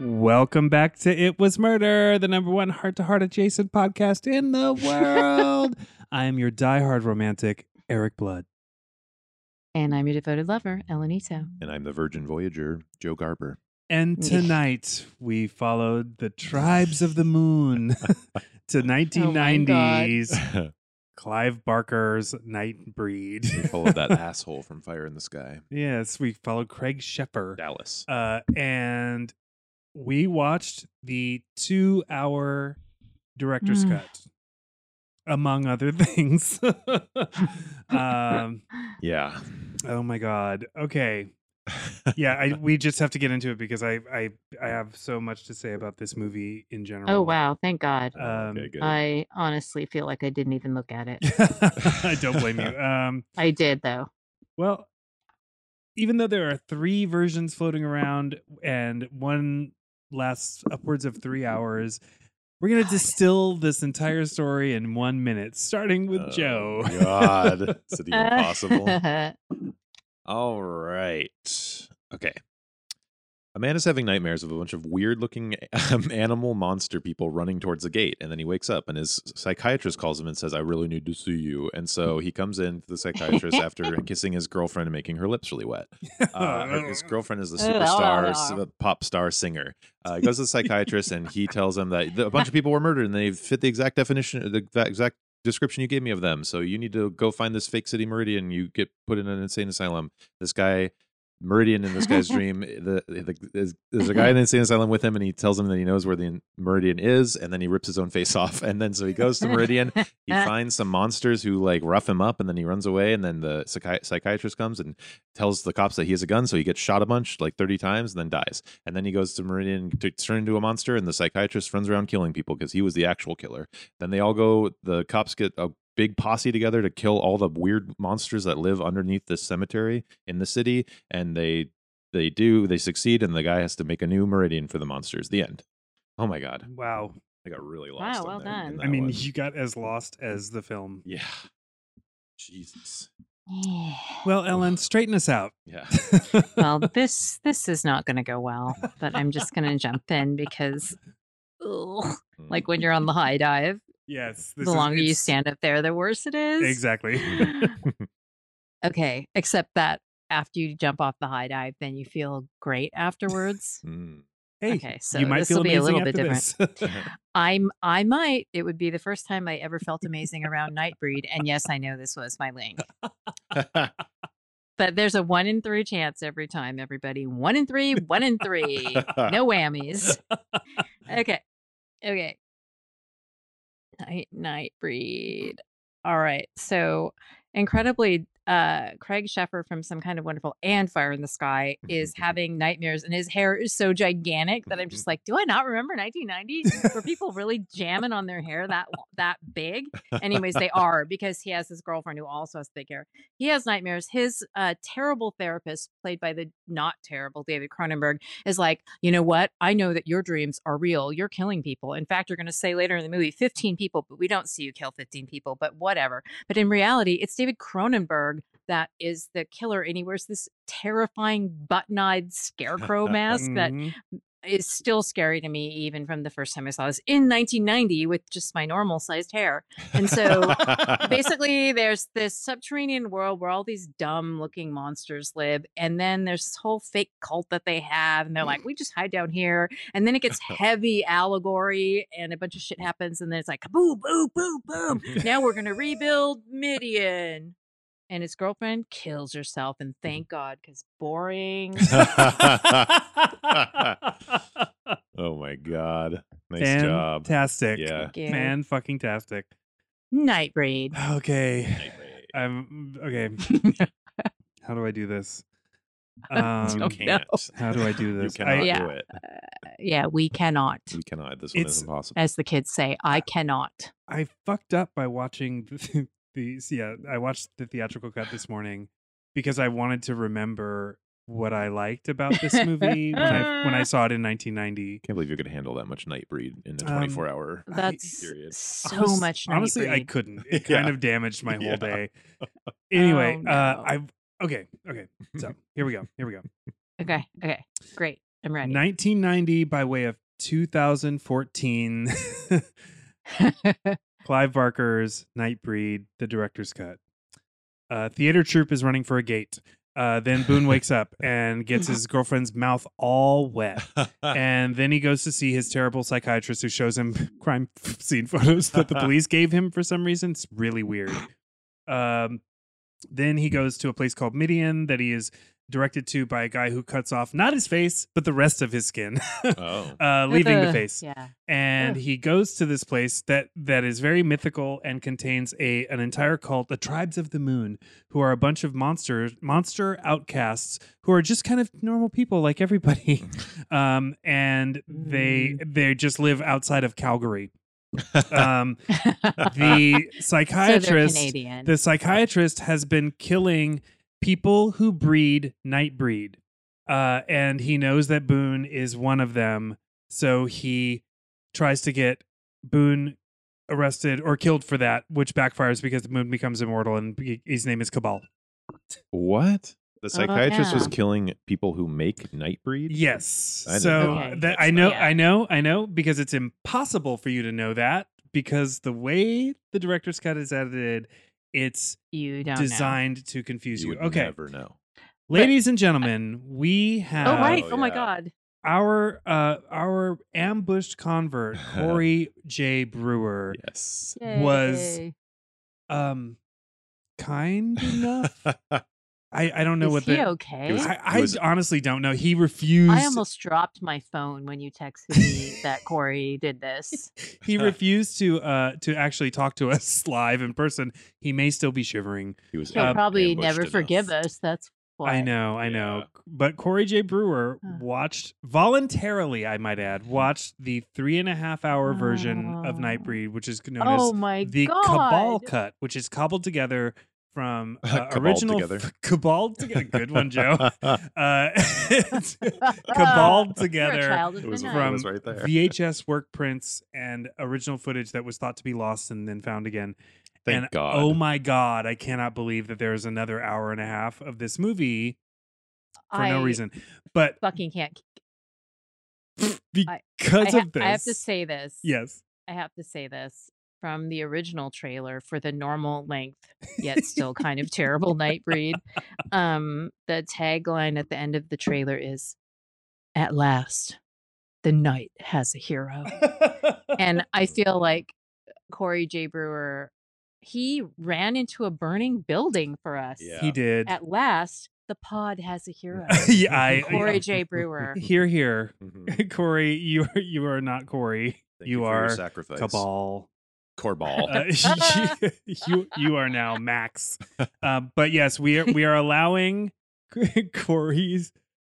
Welcome back to It Was Murder, the number one heart to heart adjacent podcast in the world. I am your diehard romantic, Eric Blood. And I'm your devoted lover, Elenito. Oh, And I'm the Virgin Voyager, Joe Garber. And tonight we followed the Tribes of the Moon Oh to 1990s Clive Barker's Nightbreed. We followed that asshole from Fire in the Sky. yes, we followed Craig Sheffer. Dallas. Uh, and we watched the two hour director's Mm. cut, among other things. um, Yeah. oh my God. Okay. Yeah, I, we just have to get into it because I, I I have so much to say about this movie in general. Oh, wow. Thank God. Um, okay, good. I honestly feel like I didn't even look at it. I don't blame you. Um, I did, though. Well, even though there are three versions floating around and one lasts upwards of three hours, we're going to God. distill this entire story in one minute, starting with Oh, Joe. God. Is it even Uh, possible? All right. Okay. A man is having nightmares of a bunch of weird looking um, animal monster people running towards the gate. And then he wakes up and his psychiatrist calls him and says, I really need to see you. And so he comes in to the psychiatrist after kissing his girlfriend and making her lips really wet. Uh, her- his girlfriend is the Oh, superstar oh, s- oh. pop star singer. Uh, he goes to the psychiatrist and he tells him that a bunch of people were murdered and they fit the exact definition, the that exact description you gave me of them. So you need to go find this fake city Meridian. You get put in an insane asylum. This guy. Meridian in this guy's dream. eh, The, the, there's, there's a guy in the insane asylum with him, and he tells him that he knows where the Meridian is, and then he rips his own face off. And then so he goes to Meridian, he Eh. finds some monsters who like rough him up and then he runs away and then the psychi- psychiatrist comes and tells the cops that he has a gun so he gets shot a bunch like 30 times and then dies and then he goes to meridian to turn into a monster and the psychiatrist runs around killing people because he was the actual killer then they all go the cops get a big posse together to kill all the weird monsters that live underneath this cemetery in the city and they they do they succeed and the guy has to make a new meridian for the monsters the end oh my god Wow. i got really Wow, lost in well there- in done. that I mean, one. you got as lost as the film. Yeah. Jesus. Well, Ellen, straighten us out. Yeah. well, this this is not going to go well, but I'm just going to jump in because, ugh, Mm, like when you're on the high dive, yes. the longer you it's- stand up there, the worse it is. Exactly. okay, except that after you jump off the high dive, then you feel great afterwards. Mm. Hey, okay, so you might this feel will be a amazing little after bit different. this. I'm I might. It would be the first time I ever felt amazing around Nightbreed, and yes, I know this was my link. But there's a one in three chance every time, everybody. One in three, one in three. No whammies. Okay. Okay. Night night breed. All right. So incredibly uh Craig Sheffer from Some Kind of Wonderful and Fire in the Sky is having nightmares and his hair is so gigantic that I'm just like, do I not remember 1990? Were people really jamming on their hair that that big? Anyways, they are because he has his girlfriend who also has big hair. He has nightmares. His uh, terrible therapist, played by the not terrible David Cronenberg, is like, you know what? I know that your dreams are real. You're killing people. In fact, you're going to say later in the movie 15 people, but we don't see you kill 15 people, but whatever. But in reality, it's David Cronenberg that is the killer. And he wears this terrifying button eyed scarecrow mask that Mhm. is still scary to me, even from the first time I saw this in 1990 with just my normal sized hair. And so basically there's this subterranean world where all these dumb looking monsters live and then there's this whole fake cult that they have and they're like we just hide down here and then it gets heavy allegory and a bunch of shit happens and then it's like kaboom boom boom boom Mm-hmm. now we're gonna rebuild midian and his girlfriend kills herself and thank god because boring oh my god. Nice job. Fantastic. Yeah. you. Man fucking tastic. nightbreed Okay. Nightmare. I'm mm, okay. How do I do this? Um, you don't know. can't. How do I do You this? cannot I- Oh, Yeah. do it. yeah we cannot You cannot. This one It's- is impossible. as the kids say i cannot I fucked up by watching the, the yeah, I watched the theatrical cut this morning because I wanted to remember what I liked about this movie when I when I saw it in 1990. Can't believe you're gonna handle that much Nightbreed in a Um, 24 hour. I- that's Period. so Honest- much Honestly, I Nightbreed. couldn't. It Yeah. kind of damaged my whole Yeah. day. Anyway, Oh, uh no. I okay, okay. So, here we go. Here we go. Okay. Okay. Great. I'm ready. 1990 by way of 2014. Clive Barker's Nightbreed, the director's cut. Uh, theater troupe is running for a gate. Uh, then Boone wakes up and gets his girlfriend's mouth all wet. And then he goes to see his terrible psychiatrist who shows him crime scene photos that the police gave him for some reason. It's really weird. Um, then he goes to a place called Midian that he is directed to by a guy who cuts off not his face, but the rest of his skin, oh. uh, leaving the Ugh, face Yeah. and he goes to this place that that is very mythical and contains a an entire cult, the tribes of the moon, who are a bunch of monsters, monster outcasts who are just kind of normal people like everybody, um, and they mm. they just live outside of Calgary. Um, the so they're psychiatrist, Canadian. the psychiatrist has been killing people who breed night breed. Uh, and he knows that Boone is one of them. So he tries to get Boone arrested or killed for that, which backfires because Boone becomes immortal and he- his name is Cabal. What? The psychiatrist was Oh, yeah. killing people who make Nightbreed? Yes. I didn't so know that. Okay. that I That's know, not- I know, I know, because it's impossible for you to know that because the way the director's cut is edited, it's you don't know. designed to confuse You you. would Okay. never know. Ladies and gentlemen, we have Oh right! Oh, Oh, my yeah. God! our uh, our ambushed convert Corey J. Brewer Yes. Was- Yay. um kind enough. I I don't know Is what he the okay? It was- I, it I was- honestly don't know. He refused. I almost dropped my phone when you texted me that Corey did this. he refused to uh to actually talk to us live in person. He may still be shivering. he was He'll Uh, probably ambushed never enough. forgive us. That's why. I know, I know. Yeah. But Corey J. Brewer Huh. watched voluntarily, I might add, watched the three and a half hour version of Oh. Nightbreed, which is known as Oh my the God! cabal cut, which is cobbled together from uh, Caballed original together. cabal together. Good one, Joe. Uh, it's Oh, You're caballed a together child of it the was, night. it from was right there. VHS work prints and original footage that was thought to be lost and then found again. Thank and God. oh my God, I cannot believe that there is another hour and a half of this movie for no I reason. But Fucking can't. I- because I, ha- of this, I have to say this. yes, I have to say this from the original trailer for the normal length yet still kind of terrible Nightbreed. Um, the tagline at the end of the trailer is "At last, the night has a hero," and I feel like Corey J. Brewer he ran into a burning building for us. Yeah. he did. At last, the pod has a hero. yeah, I, Corey J. Brewer. Here, here, Mhm. Corey, you are you are not Corey. Thank you for your are sacrifice. Cabal. Corball. Uh, you you are now Max. Uh, but yes, we are we are allowing Corey's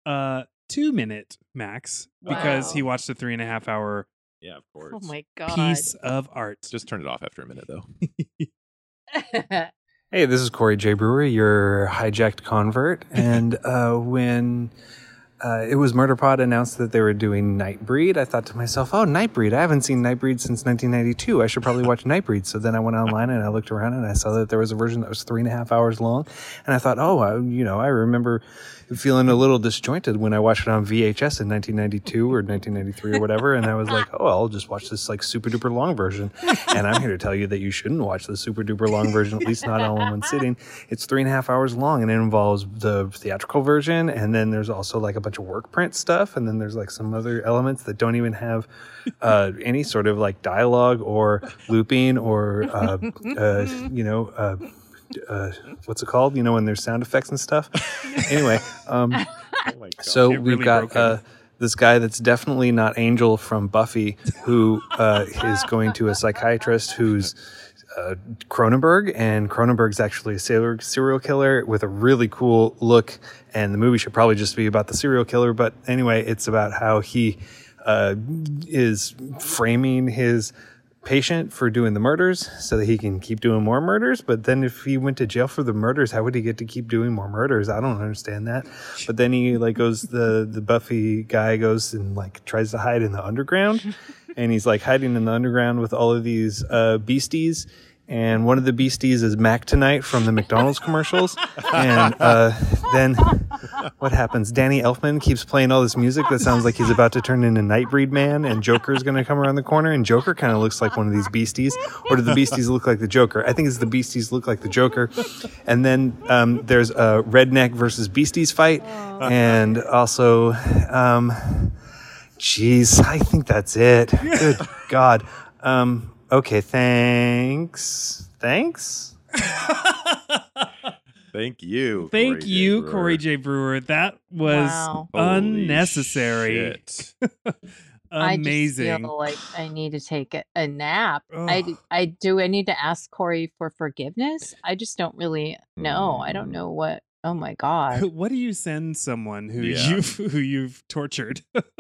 uh, two minute Max because Wow. he watched a three and a half hour yeah, of course. Oh my god. piece of art. Just turn it off after a minute, though. Hey, this is Corey J. Brewer, your hijacked convert. And uh, when uh, it was Murderpod announced that they were doing Nightbreed, I thought to myself, oh, Nightbreed. I haven't seen Nightbreed since 1992. I should probably watch Nightbreed. So then I went online and I looked around and I saw that there was a version that was three and a half hours long. And I thought, oh, I, you know, I remember feeling a little disjointed when I watched it on VHS in 1992 or 1993 or whatever. And I was like, oh, I'll just watch this like super duper long version and I'm here to tell you that you shouldn't watch the super duper long version, at least not all in one sitting. It's three and a half hours long and it involves the theatrical version. And then there's also like a bunch of work print stuff. And then there's like some other elements that don't even have uh, any sort of like dialogue or looping or, uh, uh, you know, uh, uh, what's it called? You know, when there's sound effects and stuff. Anyway, um, Oh my God. so It we've really broke got him. uh, this guy that's definitely not Angel from Buffy, who uh, is going to a psychiatrist who's uh, Cronenberg, and Cronenberg's actually a serial, serial killer with a really cool look. And the movie should probably just be about the serial killer, but anyway, it's about how he uh, is framing his patient for doing the murders so that he can keep doing more murders but then if he went to jail for the murders how would he get to keep doing more murders i don't understand that but then he like goes the the buffy guy goes and like tries to hide in the underground and he's like hiding in the underground with all of these uh beasties and one of the beasties is Mac Tonight from the McDonald's commercials. And uh, then what happens? Danny Elfman keeps playing all this music that sounds like he's about to turn into Nightbreed Man, and Joker's going to come around the corner, and Joker kind of looks like one of these beasties. Or do the beasties look like the Joker? I think it's the beasties look like the Joker. And then um, there's a redneck versus beasties fight, Oh, and also. Um, Jeez, I think that's it. Good God. Um, okay, thanks. Thanks. Thank you. Thank Corey J. you, Brewer. Corey J. Brewer. That was Wow. Holy unnecessary. shit. I Amazing. just feel like I need to take a, a nap. I, Ugh. d- I do. I need to ask Corey for forgiveness. I just don't really know. I don't Mm. know what. Oh my god! what do you send someone who Yeah. you've who you've tortured?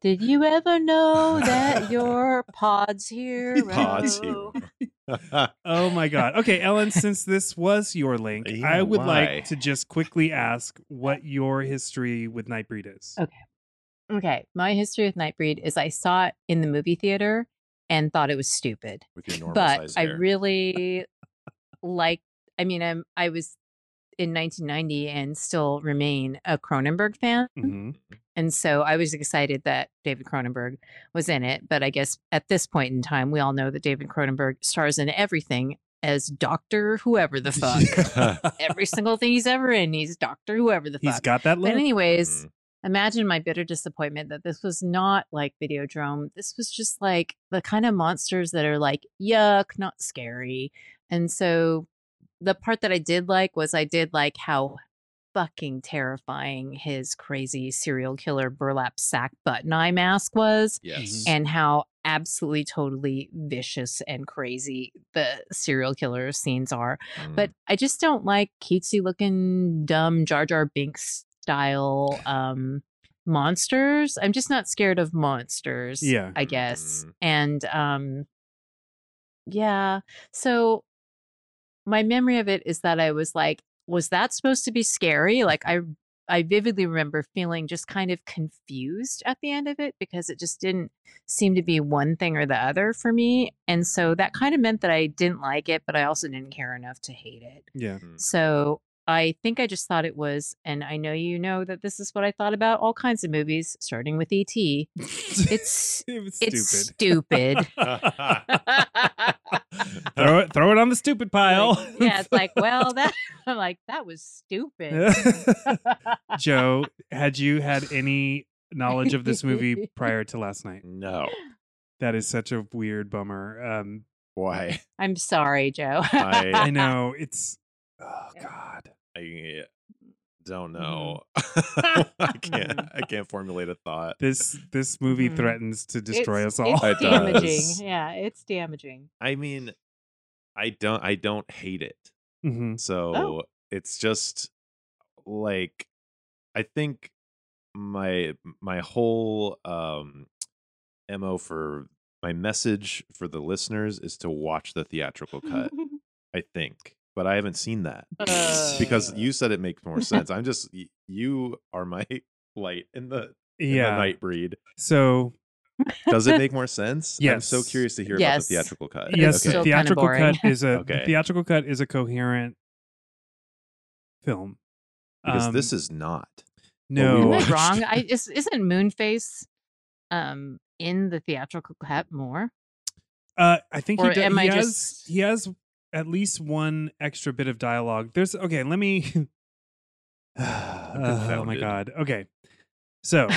Did you ever know that your pod's here? Pod's here. Oh my god. Okay, Ellen, since this was your link, Yeah, I would why? like to just quickly ask what your history with Nightbreed is. Okay. Okay, my history with Nightbreed is I saw it in the movie theater and thought it was stupid. With your normal but size I hair. really like. I mean, I'm I was in 1990 and still remain a Cronenberg fan, Mm-hmm. Mhm. and so I was excited that David Cronenberg was in it. But I guess at this point in time, we all know that David Cronenberg stars in everything as Doctor whoever the fuck. Every single thing he's ever in, he's Doctor whoever the fuck. He's got that But look. Mm-hmm. anyways, imagine my bitter disappointment that this was not like Videodrome. This was just like the kind of monsters that are like yuck, not scary. And so the part that I did like was I did like how fucking terrifying his crazy serial killer burlap sack button eye mask was yes. and how absolutely totally vicious and crazy the serial killer scenes are Mm. but I just don't like cutesy looking dumb Jar Jar Binks style um monsters. I'm just not scared of monsters. Yeah. I guess. Mm. And um yeah. So my memory of it is that I was like, was that supposed to be scary? Like I I vividly remember feeling just kind of confused at the end of it because it just didn't seem to be one thing or the other for me. And so that kind of meant that I didn't like it, but I also didn't care enough to hate it. Yeah. Mm. So I think I just thought it was, and I know you know that this is what I thought about all kinds of movies, starting with E.T. It's It was it's stupid. stupid. throw it throw it on the stupid pile. Like, yeah, it's like, well, that I'm like, that was stupid. Joe, had you had any knowledge of this movie prior to last night? no. That is such a weird bummer. Um, Why? I'm sorry, Joe. I, I know it's oh god. I don't know. I can't. I can't formulate a thought. This this movie Mhm. threatens to destroy It's- us all. It It's damaging. does. Yeah, it's damaging. I mean, I don't. I don't hate it. Mhm. So Oh. it's just like I think my my whole um mo for my message for the listeners is to watch the theatrical cut, I think. But I haven't seen that. because Uh, you said it makes more sense. I'm just y- you are my light in the, in Yeah. the night breed. So Does it make more sense? I'm so Yes. curious to hear Yes. about the theatrical cut. But it's yes, still the kinda theatrical boring. cut is a the Uh, Okay. theatrical cut is a coherent film. because Um, this is not. no. Am I watched. wrong? I is, isn't Moonface um in the theatrical cut more? Uh, I think he, Or do- am he I has just- he has at least one extra bit of dialogue. There's okay. Let me. oh my confounded. god. Okay, so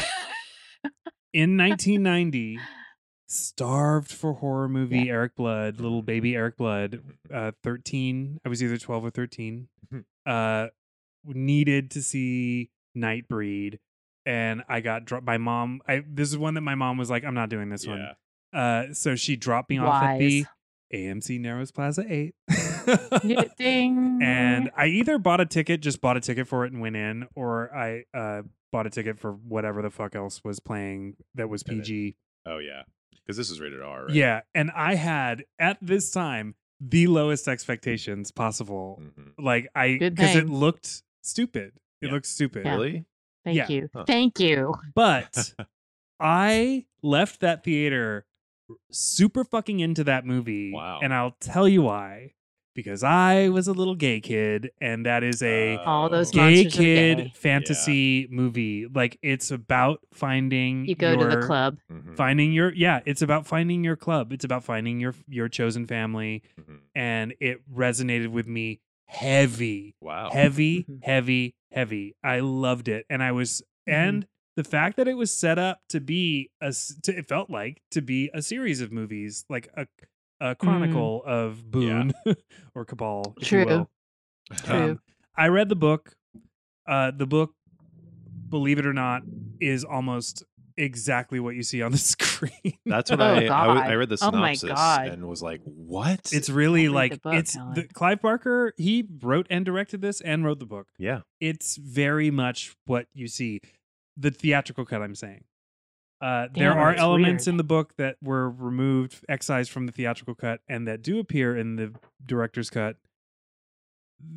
in 1990, starved for horror movie Eric Blood, little baby Eric Blood, uh, 13. I was either 12 or 13. Uh, needed to see Nightbreed, and I got dropped. My mom. I this is one that my mom was like, "I'm not doing this one." Yeah. Uh, so she dropped me off at the Wise. AMC Narrows Plaza 8. New thing. Mm-hmm. and I either bought a ticket, just bought a ticket for it and went in, or I uh, bought a ticket for whatever the fuck else was playing that was And it- PG. Oh yeah, because this is rated R. Right? Yeah. And I had, at this time, the lowest expectations possible. Mhm. Like, I, Good because it thing. looked stupid. It Yeah. looked stupid. Really? thank yeah. Uh, you, Huh. thank you. But I left that theater super fucking into that movie. Wow. And I'll tell you why. Because I was a little gay kid, and that is a All those Oh. gay Monsters are kid gay. fantasy movie. Like it's about finding You go to the your- club. Mhm, Finding your yeah, it's about finding your club. It's about finding your your chosen family. mhm. And it resonated with me heavy Wow. heavy, Mhm. heavy, heavy. I loved it, and I was, Mhm. and the fact that it was set up to be a, s- to, it felt like to be a series of movies, like a, a chronicle of Boone or Cabal. if you True. will. um, True. I read the book. Uh, the book, believe it or not, is almost exactly what you see on the screen. That's what Oh, I, I w- I God. read the Oh my synopsis God. and was like, what? It's really I'll read like the book, it's Alan. the, Clive Barker. He wrote and directed this and wrote the book. yeah. it's very much what you see the theatrical cut i'm saying uh, there Damn, are that's elements weird. in the book that were removed excised from the theatrical cut and that do appear in the director's cut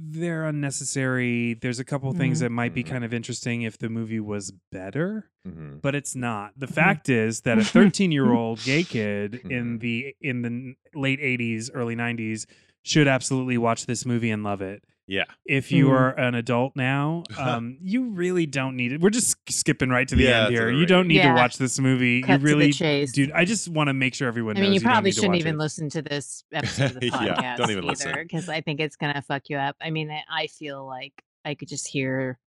they're unnecessary there's a couple things Mhm. that might be Mhm. kind of interesting if the movie was better Mhm. but it's not Mm-hmm. the fact is that a 13 year old gay kid in Mhm. the in the n- late 80s early 90s should absolutely watch this movie and love it Yeah. if you Mhm. are an adult now, um, you really don't need it. We're just sk- skipping right to the Yeah, end to here. the You right. don't need Yeah. to watch this movie. Cut you really, to the chase. dude. I just want to make sure everyone. I mean, knows you don't probably need to shouldn't watch even it. listen to this episode of the podcast Yeah, don't even listen. either, because I think it's gonna fuck you up. I mean, I- I feel like I could just hear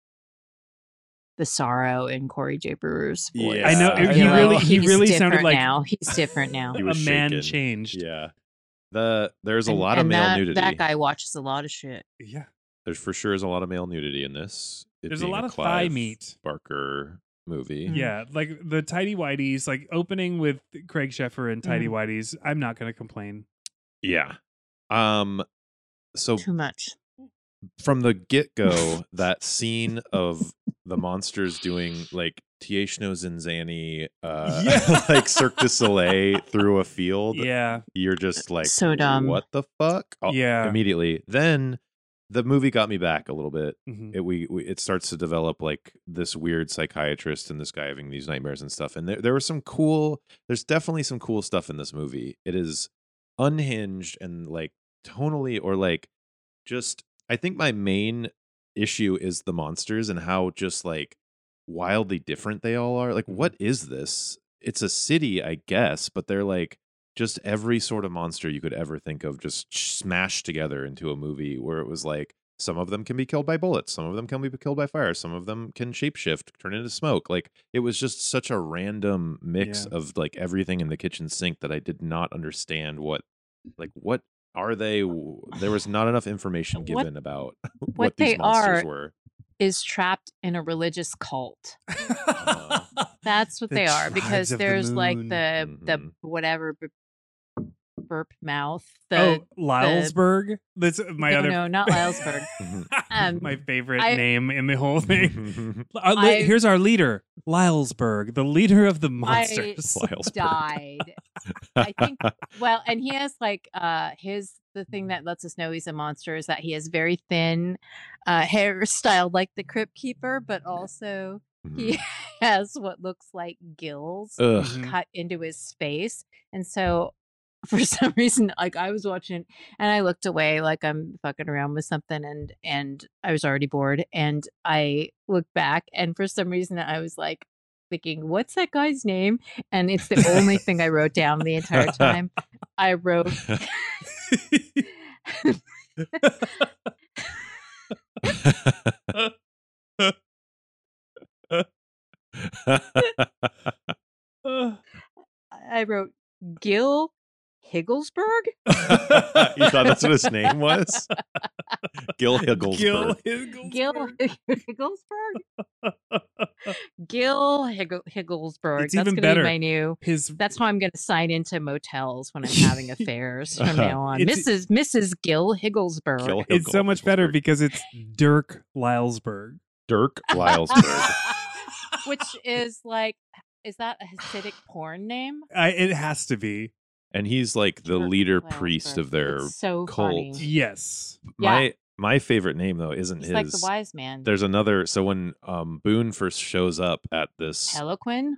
the sorrow in Corey J. Brewer's voice. Yeah. I know, feel he really- he he's really different sounded like- now. He's different now. He was a man shaken. changed. Yeah. The there's a And- lot of and male that, nudity. That guy watches a lot of shit. Yeah. There's for sure is a lot of male nudity in this. it There's a being lot of thigh Clive meat. Barker movie. Mhm. Yeah, like the tidy whiteys, like opening with Craig Sheffer and tidy Mhm. whiteys. I'm not going to complain. Yeah. Um so Too much. from the get-go, that scene of the monsters doing like Tieshno Zinzani uh Yeah. like Cirque du Soleil through a field. Yeah, You're just like So dumb. What the fuck? Oh, yeah. Immediately. Then the movie got me back a little bit. Mhm. it we, we it starts to develop like this weird psychiatrist and this guy having these nightmares and stuff and there there was some cool there's definitely some cool stuff in this movie it is unhinged and like tonally or like just i think my main issue is the monsters and how just like wildly different they all are like what is this it's a city i guess but they're like just every sort of monster you could ever think of just smashed together into a movie where it was like some of them can be killed by bullets some of them can be killed by fire some of them can shapeshift turn into smoke like it was just such a random mix Yeah. of like everything in the kitchen sink that i did not understand what like what are they W- there was not enough information What- given about what, what these they monsters are- were Is trapped in a religious cult. Oh, That's what The they are because tribes of the there's like the moon. the Mhm. whatever b- burp mouth. The oh, Lylesburg. That's my no, other. no, not Lylesburg. Um, my favorite I- name in the whole thing. Mm-hmm. Our li- I- here's our leader, Lylesburg, the leader of the monsters. Lylesburg. died. I think- Well, and he has like uh his the thing that lets us know he's a monster is that he has very thin uh hair styled like the crypt keeper, but also Mhm. he has what looks like gills Ugh. Mhm. cut into his face. And so for some reason, like I was watching and I looked away like I'm fucking around with something and and I was already bored. And I looked back and for some reason I was like thinking, what's that guy's name? And it's the only thing I wrote down the entire time. I wrote Mm-hmm. I wrote Gil Higglesburg. you thought that's what his name was? Gil Higglesburg. Gil Gil Higglesburg. Higglesburg? Gil Higgle- Higglesburg. It's That's even gonna better. be my new His That's how I'm going to sign into motels when I'm having affairs from now on. It's- Mrs. Mrs. Gil Higglesburg. Uh-huh. e Gil it's so much better Higglesburg. because it's Dirk Lylesburg. Dirk Lylesburg. Which is like, is that a Hasidic porn name? I, it has to be and he's like the Dirk leader priest Lylesburg. of their It's so cult. Funny. yes. Yeah. my my favorite name though isn't He's his like the wise man. there's another so when um boone first shows up at this Peliquin?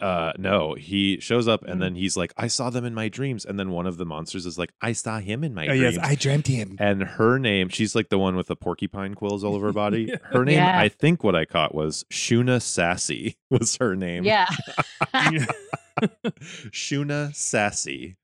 uh no he shows up Mm-hmm. and then he's like i saw them in my dreams and then one of the monsters is like i saw him in my Uh, Oh, dreams yes, I dreamt him. and her name she's like the one with the porcupine quills all over her body her name Yeah. i think what i caught was shuna sassy was her name Yeah. shuna sassy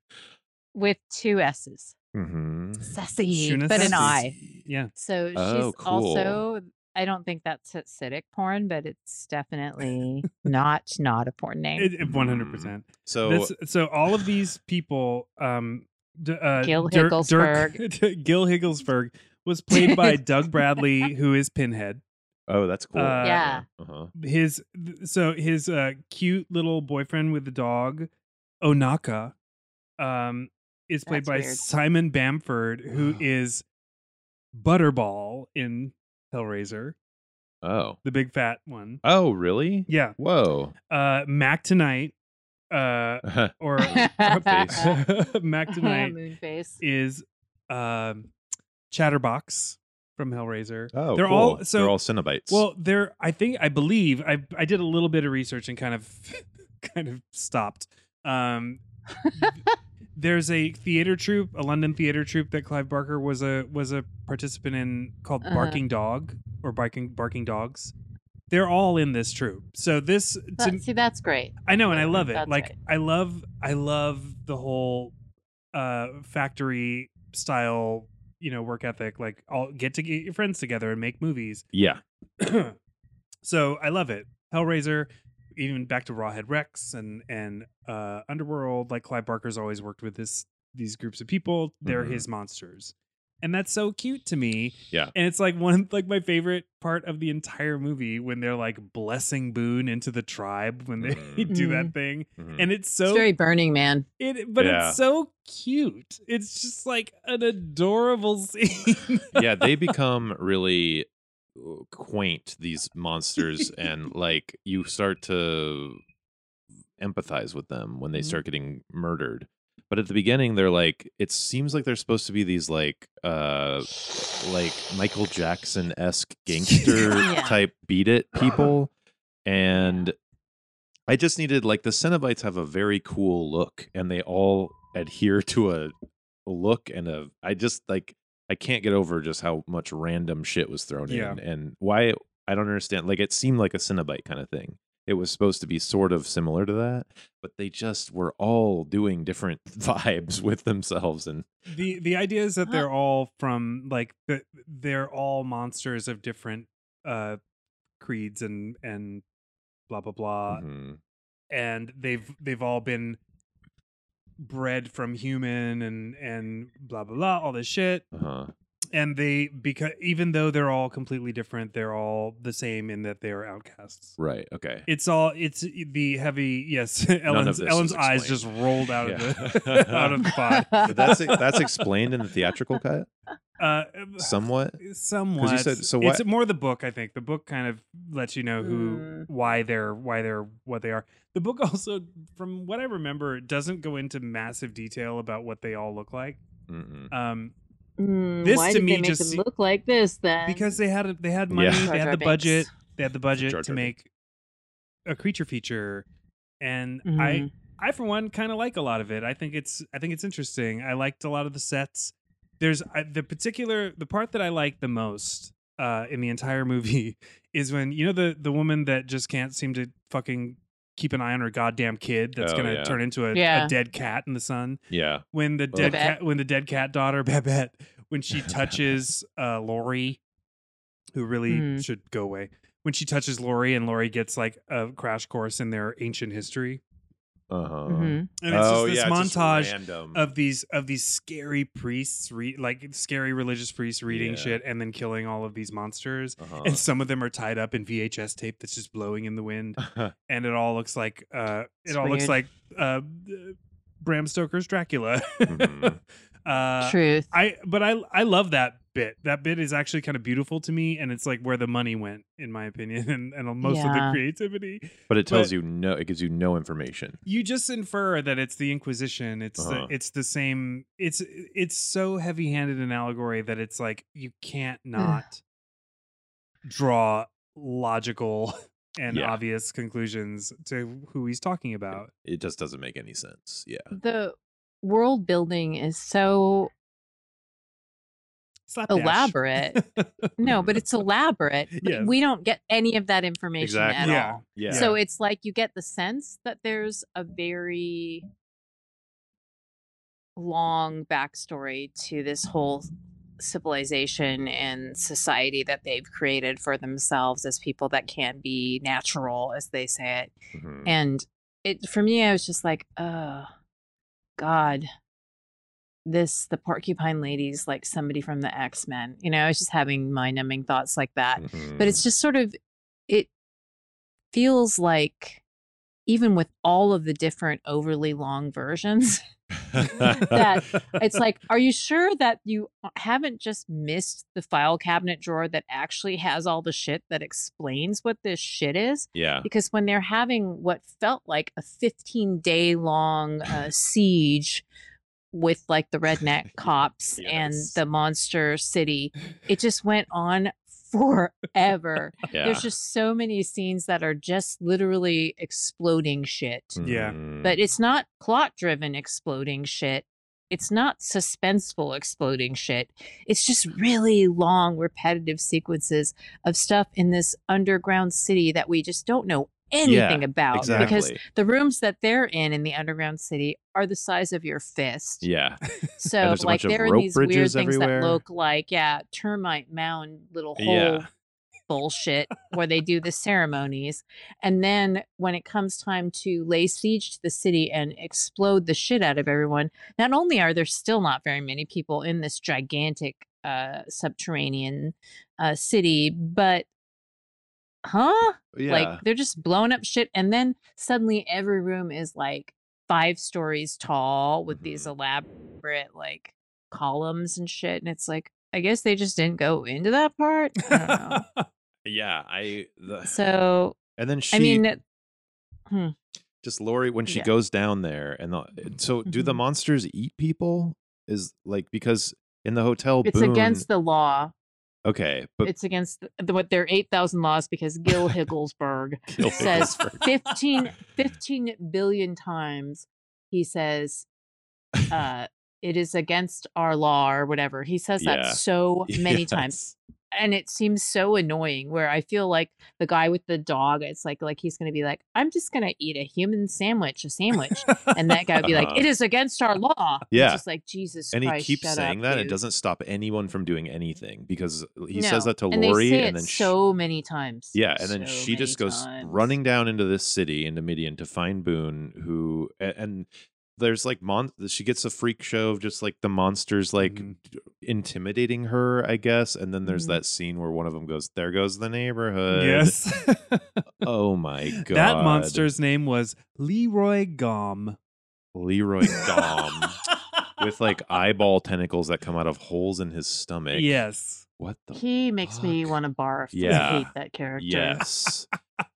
With two S's. Mm-hmm. hmm Sassy, Shuna but an Sassy. I. yeah. So she's Oh, also, I don't think that's acidic porn, but it's definitely not not a porn name. It, it- 100%. Mm. so That's, so all of these people, um, d- uh, Gil Dirk- Higglesberg. Dirk, Gil Higglesberg was played by Doug Bradley, who is Pinhead. oh that's cool uh, Yeah. uh-huh. His th- so his uh, cute little boyfriend with the dog, Onaka, um, is played That's by weird. Simon Bamford, who Wow. is Butterball in Hellraiser, oh the big fat one. oh really Yeah, whoa uh, Mac tonight, uh, or Mac tonight Moonface. is um, Chatterbox from Hellraiser. oh They're cool. all- so- they're all Cenobites. Well, there, I think, I believe, I I did a little bit of research and kind of, kind of stopped. Um, there's a theater troupe, a London theater troupe that Clive Barker was a was a participant in called Uh-huh. Barking Dog or Barking Barking Dogs. They're all in this troupe. So this, to, That- see, that's great. I know, and I love it. That's like right. I love I love the whole uh factory style, you know, work ethic. Like all get to get your friends together and make movies. yeah so I love it. Hellraiser, even back to Rawhead Rex and and uh Underworld, like Clive Barker's always worked with this these groups of people. They're Mhm. his monsters. And that's so cute to me. Yeah. And it's like one like my favorite part of the entire movie when they're like blessing Boone into the tribe when they Mhm. do Mhm. that thing Mhm. and it's it's so very Burning Man. it, but Yeah. it's so cute. It's just like an adorable scene. yeah, they become really uh, quaint these monsters and like you start to empathize with them when they Mhm. start getting murdered. But at the beginning they're like it seems like they're supposed to be these like uh like Michael Jackson-esque gangster Yeah. type beat it people and I just needed like the Cenobites have a very cool look and they all adhere to a look and a I just like I can't get over just how much random shit was thrown Yeah. in and why I don't understand like it seemed like a Cenobite kind of thing. It was supposed to be sort of similar to that, but they just were all doing different vibes with themselves and the The idea is Uh-huh. that they're all from like the, they're all monsters of different uh creeds and and blah blah blah, Mhm. and they've they've all been bred from human and and blah blah blah all this shit uh-huh. and they because even though they're all completely different they're all the same in that they're outcasts right okay. It's all it's e, the heavy yes. of Ellen's this Ellen's was eyes just explained. rolled out Yeah. of the out of the pot. But that's that's explained in the theatrical cut Uh, somewhat. somewhat. said- so It's what- more the book. I think the book kind of lets you know who, Hmm. why they're, why they're, what they are. The book also, from what I remember, doesn't go into massive detail about what they all look like. Mm-mm. Um, Mm, This why to did me they make just se- them look like this then? because they had they had Yeah. money, Jar they had Jar the Binks. budget, they had the budget Jar to Jar make a creature feature, and I Mhm. I for one kind of like a lot of it. I think it's I think it's interesting. I liked a lot of the sets. There's I, the particular the part that I like the most uh, in the entire movie is when you know the the woman that just can't seem to fucking keep an eye on her goddamn kid that's Oh, gonna yeah. turn into a, Yeah. a dead cat in the sun. Yeah. When the dead Babette. cat when the dead cat daughter Babette when she touches uh, Lori, who really Mhm. should go away. When she touches Lori and Lori gets like a crash course in their ancient history. Uh-huh. Mhm. And it's just oh, this yeah, just montage random. of these of these scary priests re- like scary religious priests reading Yeah. shit and then killing all of these monsters Uh-huh. and some of them are tied up in VHS tape that's just blowing in the wind and it all looks like uh it It's all looks weird. like uh Bram Stoker's Dracula Mhm. uh Truth. I but I I love that bit. That bit is actually kind of beautiful to me and it's like where the money went in my opinion and and most of the Yeah. creativity but it tells But- you no it gives you no information you just infer that it's the inquisition it's Uh-huh. the it's the same it's it's so heavy-handed an allegory that it's Hmm. like you can't not draw logical and Yeah. obvious conclusions to who he's talking about. It just doesn't make any sense. Yeah. The world building is so Slapdash. elaborate. no, but it's elaborate. But Yes. We don't get any of that information Exactly. at Yeah. all. Yeah. So it's like you get the sense that there's a very long backstory to this whole civilization and society that they've created for themselves as people that can be natural, as they say it. Mhm. And it for me, I was just like, oh God. This the porcupine lady's like somebody from the X-Men. You know, I was just having mind numbing thoughts like that Mhm. but it's just sort of it feels like even with all of the different overly long versions Mm-hmm. that it's like are you sure that you haven't just missed the file cabinet drawer that actually has all the shit that explains what this shit is yeah. because when they're having what felt like a 15 day long uh, siege with like the redneck cops and Yes. the monster city it just went on forever Yeah. there's just so many scenes that are just literally exploding shit Yeah. Mhm. but it's not plot driven exploding shit it's not suspenseful exploding shit it's just really long repetitive sequences of stuff in this underground city that we just don't know anything about exactly. because the rooms that they're in in the underground city are the size of your fist yeah. And so there's a like bunch of they're in rope these weird bridges things everywhere. that look like yeah, termite mound little hole Yeah. bullshit where they do the ceremonies. And then when it comes time to lay siege to the city and explode the shit out of everyone, not only are there still not very many people in this gigantic uh subterranean uh city, but huh? Yeah. Like they're just blowing up shit. And then suddenly every room is like five stories tall with these Mhm. elaborate like columns and shit. And it's like, I guess they just didn't go into that part. I don't know. yeah. I. The, so, and then she. I mean, that- just Lori when she Yeah. goes down there and the, so do the Mhm. monsters eat people is like because in the hotel it's Boone, against the law. okay but It's against the, the, what their 8,000 laws because Gil Higglesburg Gil says Higglesburg- 15, 15 billion times he says, uh, it is against our law or whatever. He says Yeah. that so many times. Yes. and it seems so annoying where i feel like the guy with the dog it's like like he's gonna be like i'm just gonna eat a human sandwich a sandwich and that guy would be Uh-huh. like it is against our law It's Yeah. just like jesus and Christ, he keeps shut saying up, that it dude. doesn't stop anyone from doing anything because he No. says that to and Lori they say and it then she- so many times yeah and then So she just many goes times. running down into this city into Midian to find Boone who a- and, there's like mon she gets a freak show of just like the monsters like Mm-hmm. Mhm. intimidating her, I guess. And then there's Mhm. that scene where one of them goes, "There goes the neighborhood." yes. Oh uh, my god. That monster's name was Leroy Gom. Leroy Dom with like eyeball tentacles that come out of holes in his stomach. Yes. What the? he makes me fuck? want to barf Yeah. i hate that character Yes.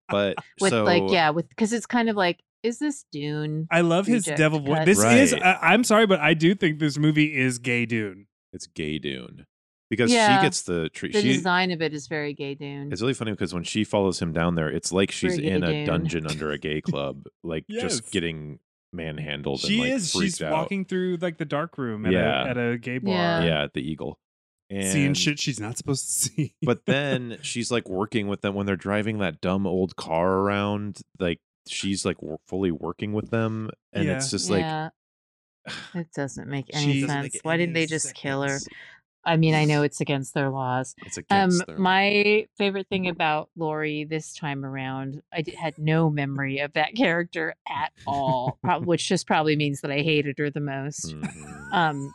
but with so like yeah with because it's kind of like is this dune I love his Reject devil voice. cut. This is, Right. I, I'm sorry, but I do think this movie is gay Dune. it's Gay Dune because Yeah. she gets the treat. the She. design of it is very gay dune It's really funny because when she follows him down there, it's like she's Brigadier in a Dune. dungeon under a gay club, like Yes. just getting manhandled. She and, like, is. freaked She's out. walking through like the dark room at, Yeah. a, at a gay bar. Yeah. yeah at the eagle and Seeing shit she's not supposed to see. but then she's like working with them when they're driving that dumb old car around like she's like wor- fully working with them and Yeah. it's just like yeah. it doesn't make any She- doesn't sense. make Why didn't any they just kill her? sense. I mean, I know it's against their laws. it's Um, against their- my favorite thing about Lori this time around, I d- had no memory of that character at all, prob- which just probably means that I hated her the most, Mhm. um,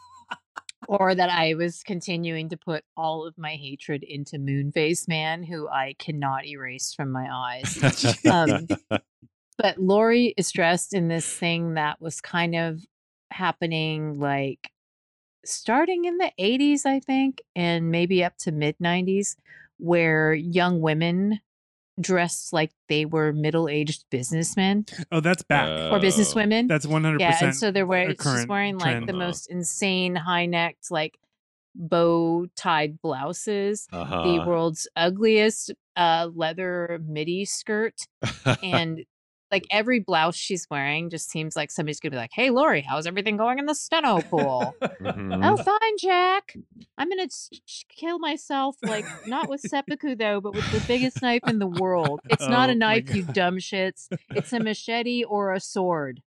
or that I was continuing to put all of my hatred into Moonface Man, who I cannot erase from my eyes. um, but Lori is dressed in this thing that was kind of happening like starting in the 80s, I think, and maybe up to mid 90s, where young women dressed like they were middle aged businessmen oh, that's back. or Oh. businesswomen. that's 100%. yeah, and so they're wearing, she's current wearing like the trend. most insane high necked, like bow tied blouses, the Uh-huh. world's ugliest uh, leather midi skirt, and like every blouse she's wearing just seems like somebody's gonna be like, "Hey, Lori, how's everything going in the steno pool?" Mhm. Mm-hmm. Mm. oh, fine, Jack. I'm gonna s- s- kill myself, like not with seppuku though, but with the biggest knife in the world. It's not Oh, my a knife, you God. dumb shits. It's a machete or a sword.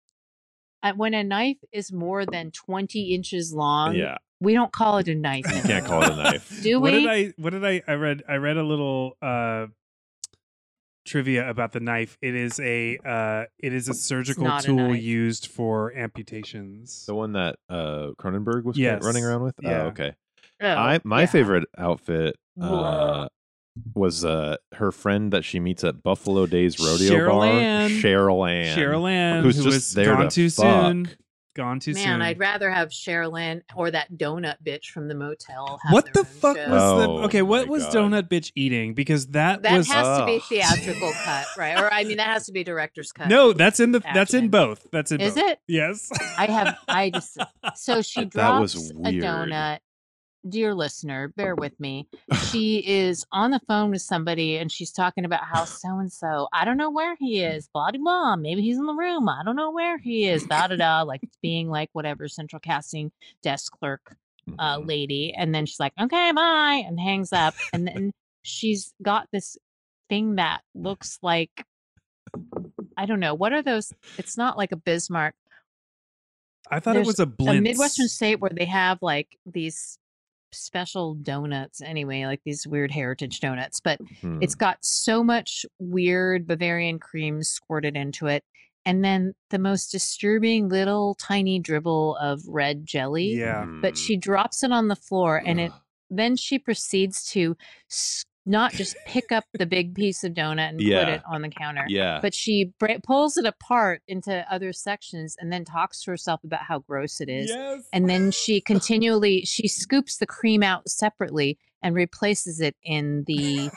Uh, When a knife is more than 20 inches long, yeah, we don't call it a knife. you can't call it a knife. Do What did we? I? What did I? I read. I read a little uh, trivia about the knife. It is a. Uh, it is a surgical not a tool knife. used for amputations. The one that uh Cronenberg was Yes. running around with. Yeah. Oh, okay. Oh, I my yeah. favorite outfit uh, was uh her friend that she meets at Buffalo Days Rodeo Cheryl Bar, Ann. Cheryl Ann. Cheryl Ann, who's who just was there gone to too soon. fuck. Gone too soon. Man, I'd rather have Sherilyn or that donut bitch from the motel. Have what their the own fuck show. was the? Oh Okay, what my was God. Donut Bitch eating? Because that, That was. has to be Oh. theatrical cut, right? Or I mean, that has to be director's cut. no, that's in the. That's in action. both. That's in. is both. it? Yes. I have. I just. So she That drops was weird. a donut. Dear listener, bear with me. She is on the phone with somebody and she's talking about how so and so, I don't know where he is, blah de blah. Maybe he's in the room. I don't know where he is, da da da. Like being like whatever central casting desk clerk uh, Mhm. lady, and then she's like, "Okay, bye," and hangs up. And then she's got this thing that looks like I don't know what are those. It's not like a Bismarck, I thought it There's was a blintz. a Midwestern state where they have like these special donuts anyway, like these weird heritage donuts. But Mhm. it's got so much weird Bavarian cream squirted into it. And then the most disturbing little tiny dribble of red jelly. Yeah. But she drops it on the floor Mm-hmm. and it then she proceeds to s- not just pick up the big piece of donut and put Yeah. it on the counter, yeah. but she bra- pulls it apart into other sections and then talks to herself about how gross it is. Yes. And then she continually she scoops the cream out separately and replaces it in the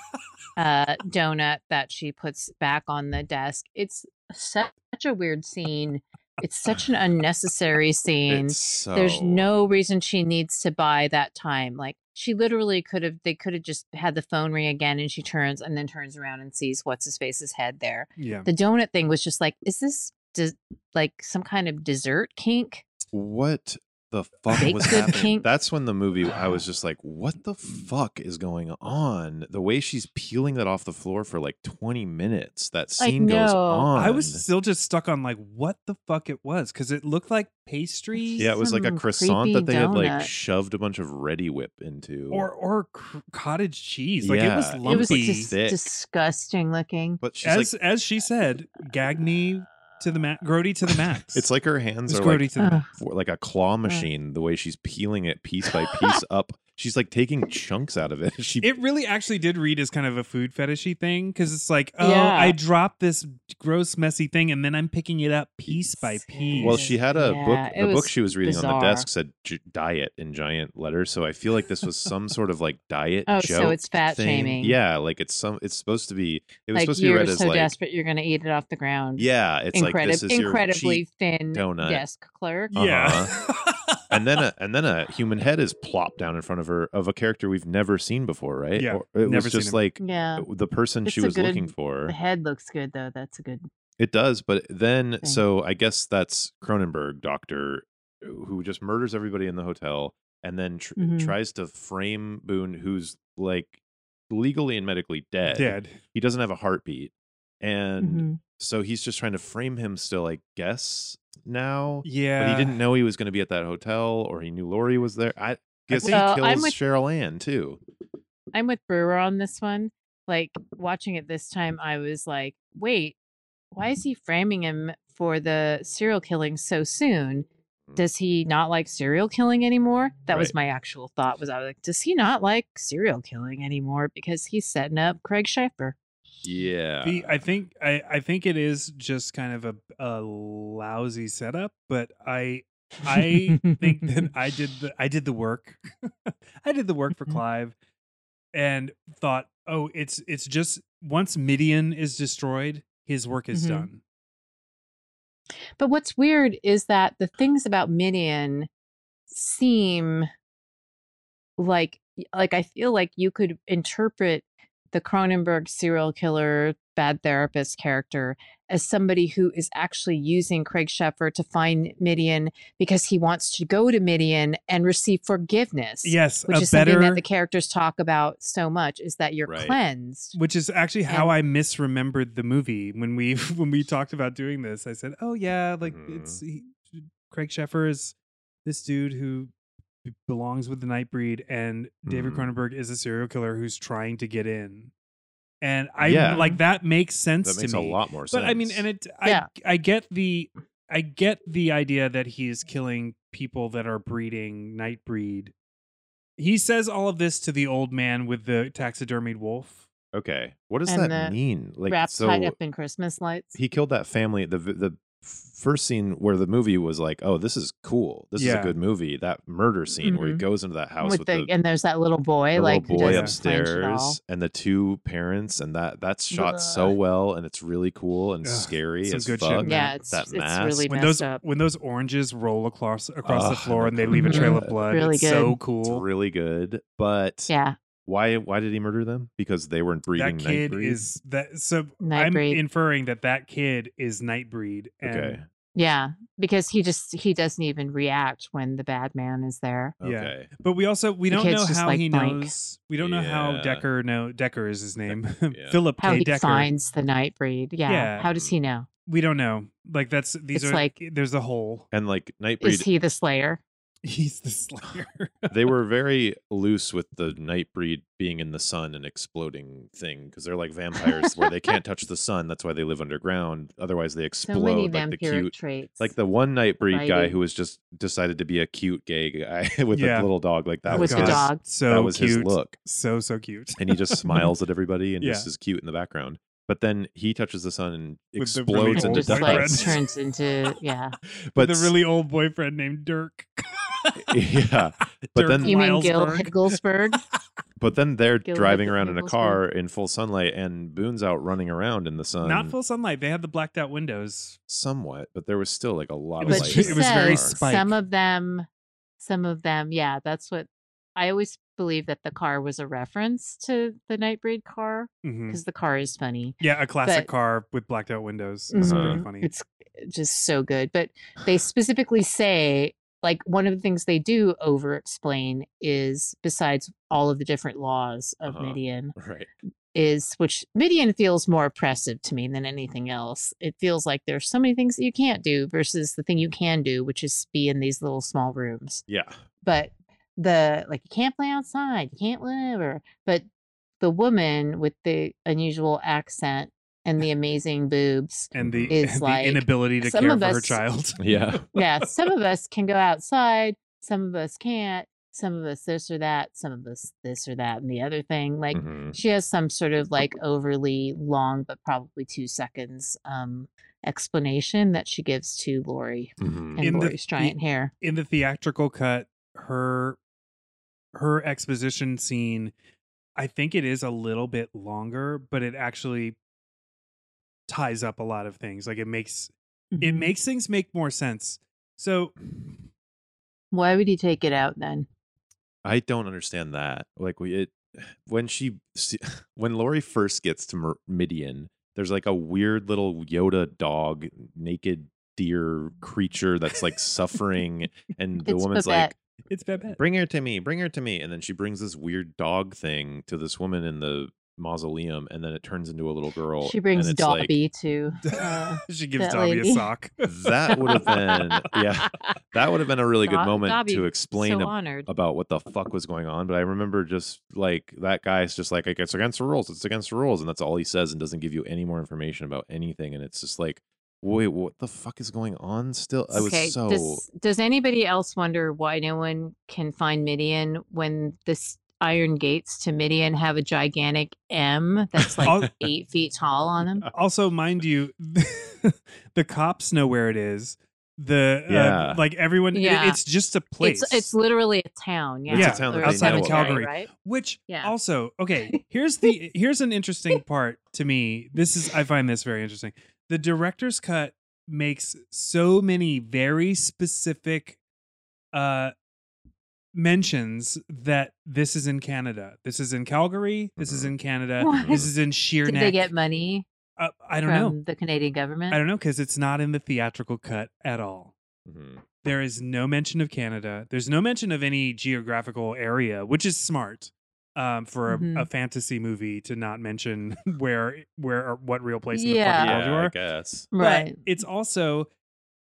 uh, donut that she puts back on the desk. It's such a weird scene. It's such an unnecessary scene It's so, there's no reason she needs to buy that time like she literally could have they could have just had the phone ring again and she turns and then turns around and sees what's his face's head there yeah. the donut thing was just like is this des- like some kind of dessert kink what the fuck Baked was good happening. kink. That's when the movie I was just like, what the Mm. fuck is going on? The way she's peeling that off the floor for like 20 minutes. That I scene goes know. on. I was still just stuck on like what the fuck it was because it looked like pastry. Yeah, it was like a Some croissant that creepy they had like donut. shoved a bunch of ready whip into. or or cr- cottage cheese. Like it was Yeah, lumpy. it was Lumpy. just Thick. disgusting looking but she's as like, as she said, gag me to the max, Grody to the max. it's like her hands it's are Grody like, to the max. Ugh. for- like a claw machine. The way she's peeling it piece by piece up, she's like taking chunks out of it. She It really actually did read as kind of a food fetishy thing because it's like, oh, Yeah. I dropped this gross, messy thing and then I'm picking it up piece by piece. Well, she had a book. Yeah, it The book was she was reading on the bizarre. desk said j- "diet" in giant letters. So I feel like this was some sort of like diet. oh joke so it's fat thing. shaming Yeah, like it's some. It's supposed to be. It was like supposed to be you're read as so like. desperate you're gonna eat it off the ground Yeah, it's like this is your incredibly cheat. thin donut. desk clerk Uh-huh. yeah. And then a and then a human head is plopped down in front of her of a character we've never seen before, right? Yeah, Or- it never was seen just him. like yeah the person she It's a was looking good- for. the head looks good though that's a good It does, but then Thing. so I guess that's Cronenberg doctor who just murders everybody in the hotel and then tr- Mm-hmm. Mhm. tries to frame Boone who's like legally and medically dead. Dead. Mm-hmm. He doesn't have a heartbeat. And Mhm. so he's just trying to frame him still I guess now. Yeah. But he didn't know he was going to be at that hotel or he knew Lori was there. I guess he think- Well, kills I'm with- Cheryl Ann too. I'm with Brewer on this one. Like watching it this time, I was like, wait, why is he framing him for the serial killing so soon? Does he not like serial killing anymore? That was Mm. Right. my actual thought. Was I was like, does he not like serial killing anymore because he's setting up Craig Schaefer? Yeah. The, I think I, I think it is just kind of a, a lousy setup, but I I think that I did the I did the work. I did the work for Mhm. Clive and thought, oh, it's it's just once Midian is destroyed, his work is Mhm. done. But what's weird is that the things about Midian seem like like I feel like you could interpret the Cronenberg serial killer bad therapist character as somebody who is actually using Craig Sheffer to find Midian because he wants to go to Midian and receive forgiveness. yes, Which a is better something that the characters talk about so much is that you're Right. cleansed. which is actually how I misremembered the movie when we when we talked about doing this. I said, "Oh yeah, like Mhm. it's he, Craig Sheffer is this dude who b- belongs with the Nightbreed, and David Mhm. Cronenberg is a serial killer who's trying to get in." And I Yeah. like that makes sense That makes to a me. lot more but sense. I mean, and it, I, Yeah. I get the, I get the idea that he is killing people that are breeding nightbreed. He says all of this to the old man with the taxidermied wolf. okay, what does And that the mean? Like, wrapped so tied up in Christmas lights. he killed that family. The v- the f- first scene where the movie was like, oh, this is cool. This is Yeah. Mm-hmm. a good movie. That murder scene where he Mhm. goes into that house with with, the, the, and there's that little boy the like who little boy doesn't clench at all. upstairs and the two parents, and that that's shot so Ugh. well, and it's really cool and Ugh, scary some as good shit fuck. in yeah that- it's, Oh, that it's mask. really When messed those up when those oranges roll across across the Ugh, floor and they I leave a trail of love blood, Really it's so good. cool. It's really good, but yeah why why did he murder them? Because they weren't breeding. that kid Nightbreed? is that. So I'm Nightbreed. inferring that that kid is nightbreed. And okay. yeah because he just he doesn't even react when the bad man is there Yeah. Okay. But we also we The don't kid's know just, how like, he blank. knows. We don't know how Yeah. Decker know Decker is his name. Decker, yeah. Philip how K. he Decker. finds the night breed yeah. Yeah. how does he know We don't know. Like that's these It's are like- there's a hole. And like is Nightbreed, he the slayer He's the slayer. they were very loose with the Nightbreed being in the sun and exploding thing because they're like vampires where they can't touch the sun. That's why they live underground. Otherwise, they so explode. many like the vampiric cute, traits like the one Nightbreed guy Righty. who was just decided to be a cute gay guy with Yeah. a little dog. Like that Oh, was With the his, dog. So That was cute. his look. So so cute. and he just smiles at everybody and Yeah. just is cute in the background. But then he touches the sun and With the really explodes and old just into boyfriend. like dust. turns into yeah but With a really old boyfriend named Dirk. Yeah, but Dirk then- you mean gil Wildsberg. higglesberg but then they're Gilbert driving the around in a People's car in full sunlight, and Boone's out running around in the sun, Not full sunlight. They had the blacked out windows. somewhat, but there was still like a It lot of was but light. she it was very says spike. some of them some of them yeah that's what i always believe that the car was a reference to the nightbreed car Mhm. because the car is funny Yeah, a classic But- car with blacked out windows. It's pretty Mhm. funny. it's just so good but they specifically say like one of the things they do over explain is besides all of the different laws of Uh-huh. midian right. is which midian feels more oppressive to me than anything else it feels like there's so many things that you can't do versus the thing you can do which is be in these little small rooms Yeah. but the like you can't play outside you can't whatever but the woman with the unusual accent and the amazing boobs and the, is and the like- inability to some care of for her us- child. Yeah. yeah, some of us can go outside, some of us can't, some of us this or that, some of us this or that, and the other thing. Like Mhm. she has some sort of like overly long, but probably two seconds um explanation that she gives to Lori Mhm. and In the- Lori's giant hair. in the theatrical cut her her exposition scene i think it is a little bit longer but it actually ties up a lot of things like it makes it Mm-hmm. makes things make more sense so Why would he take it out then? I don't understand that. Like we, it, when she, se- when Lori first gets to Mer- Midian, there's like a weird little Yoda dog, naked deer creature that's like suffering, and the It's woman's like, Babette. it's Babette. bring her to me bring her to me and then she brings this weird dog thing to this woman in the mausoleum and then it turns into a little girl she brings and it's Dobby to uh, she gives that dobby lady. a sock like, that would have been yeah that would have been a really good Do- moment Dobby, to explain so ab- honored. about what the fuck was going on but i remember just like that guy's just like it's against the rules it's against the rules and that's all he says and doesn't give you any more information about anything and it's just like wait what the fuck is going on still i was so Does, does anybody else wonder why no one can find Midian when this iron gates to Midian have a gigantic M that's like Al- eight feet tall on them? also mind you the cops know where it is the uh, Yeah. like everyone it- Yeah. it's just a place It's it's literally a town. Yeah, It's a town that or they Outside of cemetery, Calgary. right? Which Yeah. also, okay, here's the here's an interesting part to me. This is I find this very interesting. The director's cut makes so many very specific uh mentions that this is in Canada. This is in Calgary. This is in Canada. What? This is in Sheer Did Neck. they get money uh, I don't from know. the Canadian government? I don't know because it's not in the theatrical cut at all. Mhm. There is no mention of Canada. There's no mention of any geographical area, which is smart um, for a, a Mhm. fantasy movie to not mention where where or what real place in Yeah. the fucking world you Yeah, I are. guess. But right. it's also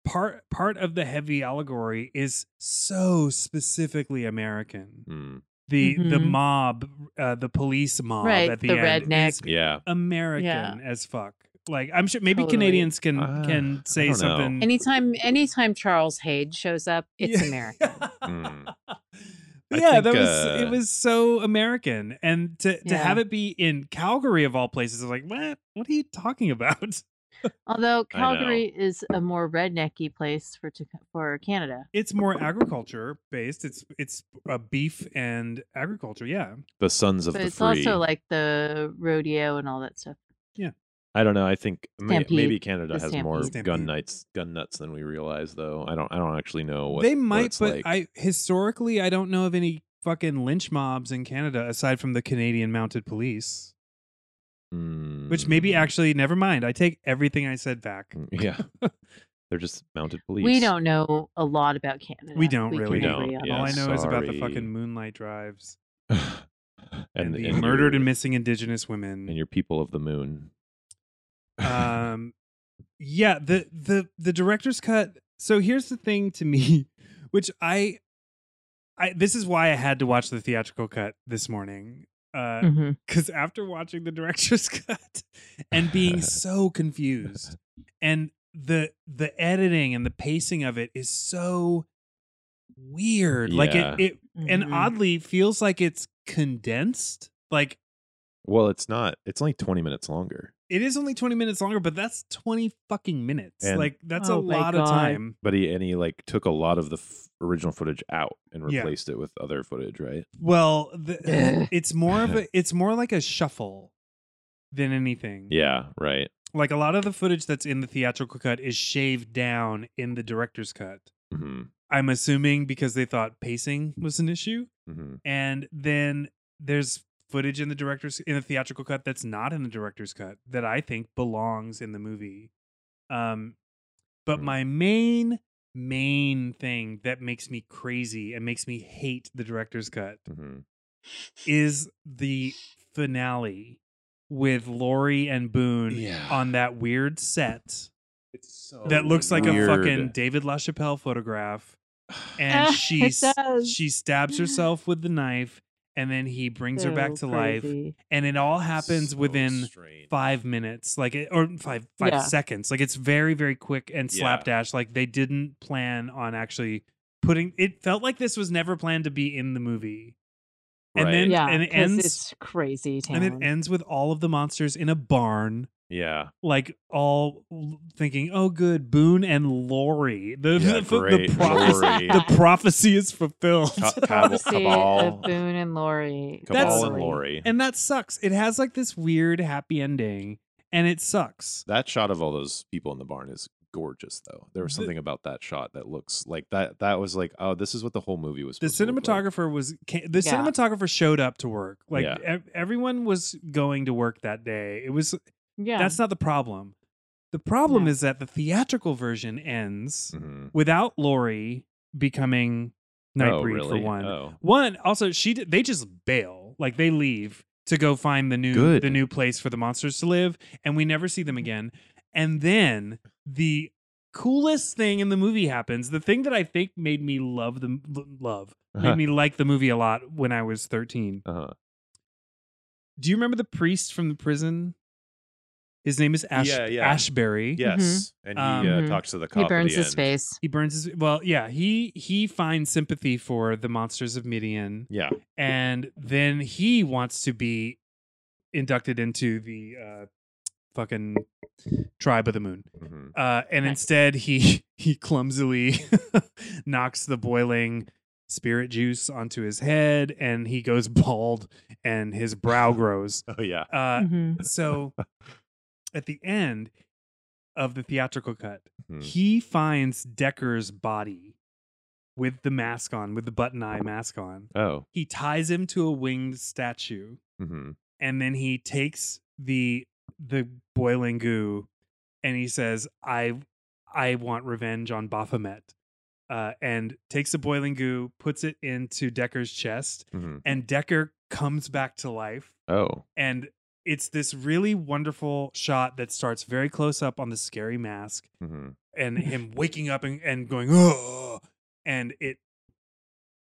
part part of the heavy allegory is so specifically American. Hmm. The the Mhm. mob, uh, the police mob Right, at the, the end redneck. is Yeah. American Yeah. as fuck. Like I'm sure maybe Totally. Canadians can Uh, can I say don't know. something. Anytime, anytime Charles Hayde shows up, it's Yeah. American. Mm. But I yeah, that think, was uh, it was so American, and to to Yeah. have it be in Calgary of all places, I was like, what? What are you talking about? Although I know. Calgary is a more rednecky place for to, for Canada. It's more agriculture based. It's it's a beef and agriculture. Yeah, The sons of but the it's free. also like the rodeo and all that stuff. I don't know. I think may- Stampede. maybe Canada The has more Stampede. gun Stampede. nuts, gun nuts than we realize, though. I don't. I don't actually know what they what might, it's but like. I historically I don't know of any fucking lynch mobs in Canada aside from the Canadian Mounted Police. Which maybe Hmm. actually, never mind. I take everything I said back. Mm, Yeah, they're just mounted police. We don't know a lot about Canada. We don't really. can We don't, agree on yeah. All I know is about the sorry. fucking moonlight drives and, and, the and murdered your- and missing indigenous women. and your people of the moon. um yeah the the the director's cut so here's the thing to me which i i this is why i had to watch the theatrical cut this morning uh Mm-hmm. that. Mhm. because after watching the director's cut and being so confused and the the editing and the pacing of it is so weird like Yeah. it it and Mm-hmm. Mhm. oddly feels like it's condensed like well, it's not. It's only twenty minutes longer. It is only 20 minutes longer, but that's 20 fucking minutes. And- like that's a Oh my lot of God. time. But he and he like took a lot of the f- original footage out and Yeah. replaced it with other footage, right? Well, Ugh. the, it's more of a it's more like a shuffle than anything. Yeah, right. Like a lot of the footage that's in the theatrical cut is shaved down in the director's cut. hmm I'm assuming because they thought pacing was an issue. hmm And then there's footage in the director's in the theatrical cut that's not in the director's cut that I think belongs in the movie. Um but Hmm. my main main thing that makes me crazy and makes me hate the director's cut hmm is the finale with Laurie and Boone Yeah. on that weird set It's so that looks like Oh, weird. a fucking David LaChapelle photograph and It she s- does. she stabs herself with the knife and then he brings her back to So life crazy. and it all happens So within strange. 5 minutes like it, or 5 5 Yeah. seconds like it's very very quick and Yeah. slapdash like they didn't plan on actually putting it felt like this was never planned to be in the movie and Right. then yeah, and it 'cause ends It's crazy town. and it ends with all of the monsters in a barn Yeah, like all l- thinking, "Oh, good, Boone and Lori." The Yeah, the, fu- great, the, prophecy, Lori. the prophecy is fulfilled, Ca- Cabal, Prophecy Cabal, of Boone and Laurie. That's- Cabal and Lori. and that sucks. It has like this weird happy ending, and it sucks. That shot of all those people in the barn is gorgeous, though. There was The- something about that shot that looks like that. That was like, oh, this is what the whole movie was. The supposed to look like. cinematographer was ca- the Yeah. cinematographer showed up to work. Like Yeah. ev- everyone was going to work that day. It was Yeah. that's not the problem. The problem No. is that the theatrical version ends Mhm. without Lori becoming Nightbreed oh, really? for one. Oh. One also she did, they just bail like they leave to go find the new Good. the new place for the monsters to live and we never see them again. And then the coolest thing in the movie happens. The thing that I think made me love the l- love made me Mm-hmm. like the movie a lot when I was 13. Uh-huh. Do you remember the priest from the prison? His name is Ash- Yeah, yeah. Ashbury. Yes, and he Um, uh, talks to the cop. he at burns the his end. face. He burns his well, yeah, he he finds sympathy for the monsters of Midian. Yeah, and then he wants to be inducted into the uh, fucking tribe of the moon. hmm Uh, and Nice. instead, he he clumsily knocks the boiling spirit juice onto his head, and he goes bald, and his brow grows. oh yeah, Uh, Mhm. so, at the end of the theatrical cut, Mhm. he finds Decker's body with the mask on, with the button eye mask on. Oh. He ties him to a winged statue Mm-hmm. and then he takes the the boiling goo and he says i i want revenge on baphomet uh, and takes the boiling goo puts it into decker's chest hmm and decker comes back to life Oh. and it's this really wonderful shot that starts very close up on the scary mask Mm-hmm. and him waking up and, and going oh and it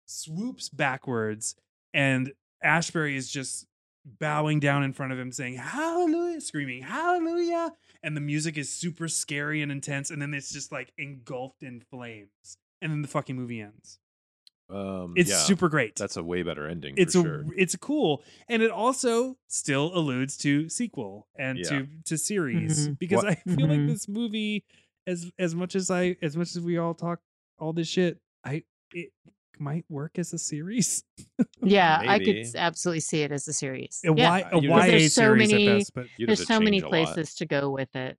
swoops backwards and ashbury is just bowing down in front of him saying hallelujah screaming hallelujah and the music is super scary and intense and then it's just like engulfed in flames and then the fucking movie ends Um, it's yeah, super great That's a way better ending. it's for a sure. it's cool and it also still alludes to sequel and Yeah. to to series Mhm. because What- i feel like Mhm. this movie as as much as i as much as we all talk all this shit i it might work as a series Yeah, I could Maybe. s- absolutely see it as a series. a, yeah, y, a You- YA there's so series many- at best but You'd have there's to so many change a lot. places to go with it.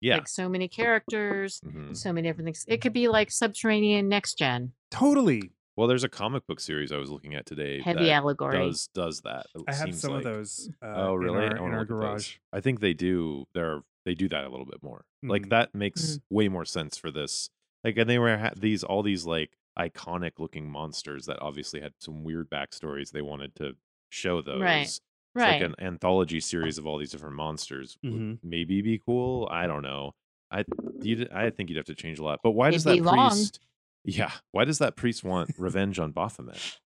Yeah. Like so many characters, Mhm. so many different things. It could be like Subterranean Next Gen, totally Well, there's a comic book series I was looking at today. heavy that allegory. does does that. It i have seems some like. of those uh, oh, in really? I our, in wanna our look at those. garage I think they do. They're they do that a little bit Mhm. more. Mm-hmm. Like that makes way more sense for this. Like, and they were ha- these all these like iconic looking monsters that obviously had some weird backstories. They wanted to show those. Right. It's Right. Mm-hmm. like an anthology series of all these different monsters would Mhm. maybe be cool i don't know i you i think you'd have to change a lot but why does It'd that be long. priest yeah why does that priest want revenge on baphomet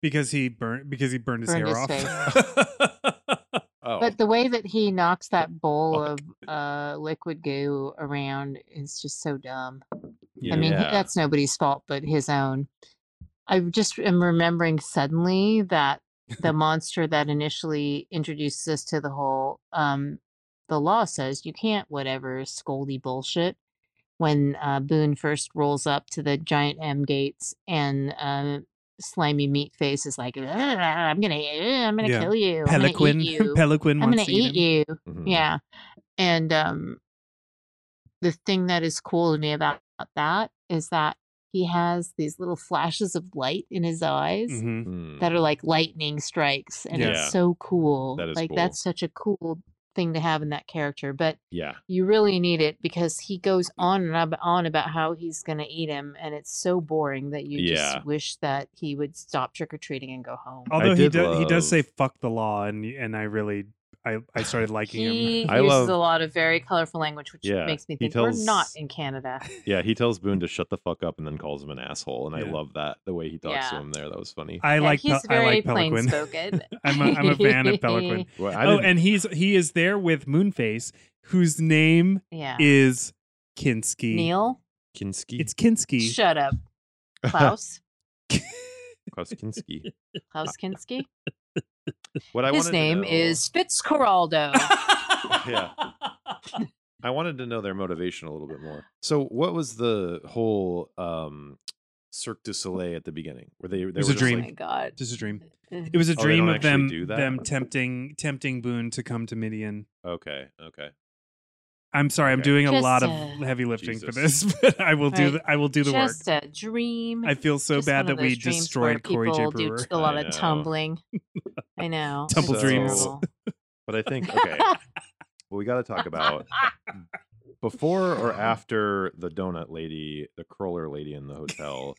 because he burned because he burned his Burned hair his off oh But the way that he knocks that bowl Fuck. of uh, liquid goo around is just so dumb. yeah. I mean, he- that's nobody's fault but his own. I just am remembering suddenly that the monster that initially introduces us to the whole um, the law says you can't whatever scoldy bullshit. When uh, Boone first rolls up to the giant M gates and uh, slimy meat face is like, "Ugh, I'm gonna, eh, I'm gonna Yeah. kill you, I'm gonna eat pelican you, pelican I'm wants gonna to eat, eat you. Mhm. Yeah. And um the thing that is cool to me about that is that he has these little flashes of light in his eyes him. Mhm. Mm. that are like lightning strikes and Yeah. it's so cool. That is like cool. that's such a cool thing to have in that character, but yeah you really need it because he goes on and ab- on about how he's going to eat him and it's so boring that you Yeah. just wish that he would stop trick or treating and go home. Although he did does, he does say love- "fuck the law," and and I really I I started liking He him. I uses love- a lot of very colorful language, which Yeah, makes me he think we're not tells- in Canada. yeah he tells boone to shut the fuck up and then calls him an asshole and Mm. Yeah. i love that the way he talks to Yeah. him there that was funny I Yeah, like Pel- he's I like very Pelican. plain-spoken. I'm a, I'm a fan of Pelican. well, I Oh, didn't- and he's he is there with Moonface, whose name Yeah. is Kinski. Neil, Kinski. It's Kinski. shut up. Klaus, Klaus Kinski. Klaus Kinski. What I His wanted to name know- is Fitzcarraldo. Yeah. I wanted to know their motivation a little bit more. So, what was the whole um Cirque du Soleil at the beginning? Were they? they was were a just oh dream. my like- god. Just a dream. Uh, It was a Oh, they dream don't of them actually do that? them tempting tempting Boone to come to Midian. okay, okay. I'm sorry, I'm Okay. doing a Just lot of a- heavy lifting for Jesus. this, but I will do Right. the, I will do the work. Just a dream. I feel so Just bad one of that we those dreams where destroyed Corey J. people do Brewer. t- a lot I of know. tumbling. I know. it's Tumble dreams. terrible. But I think okay. well, we got to talk about before or after the donut lady, the crawler lady in the hotel.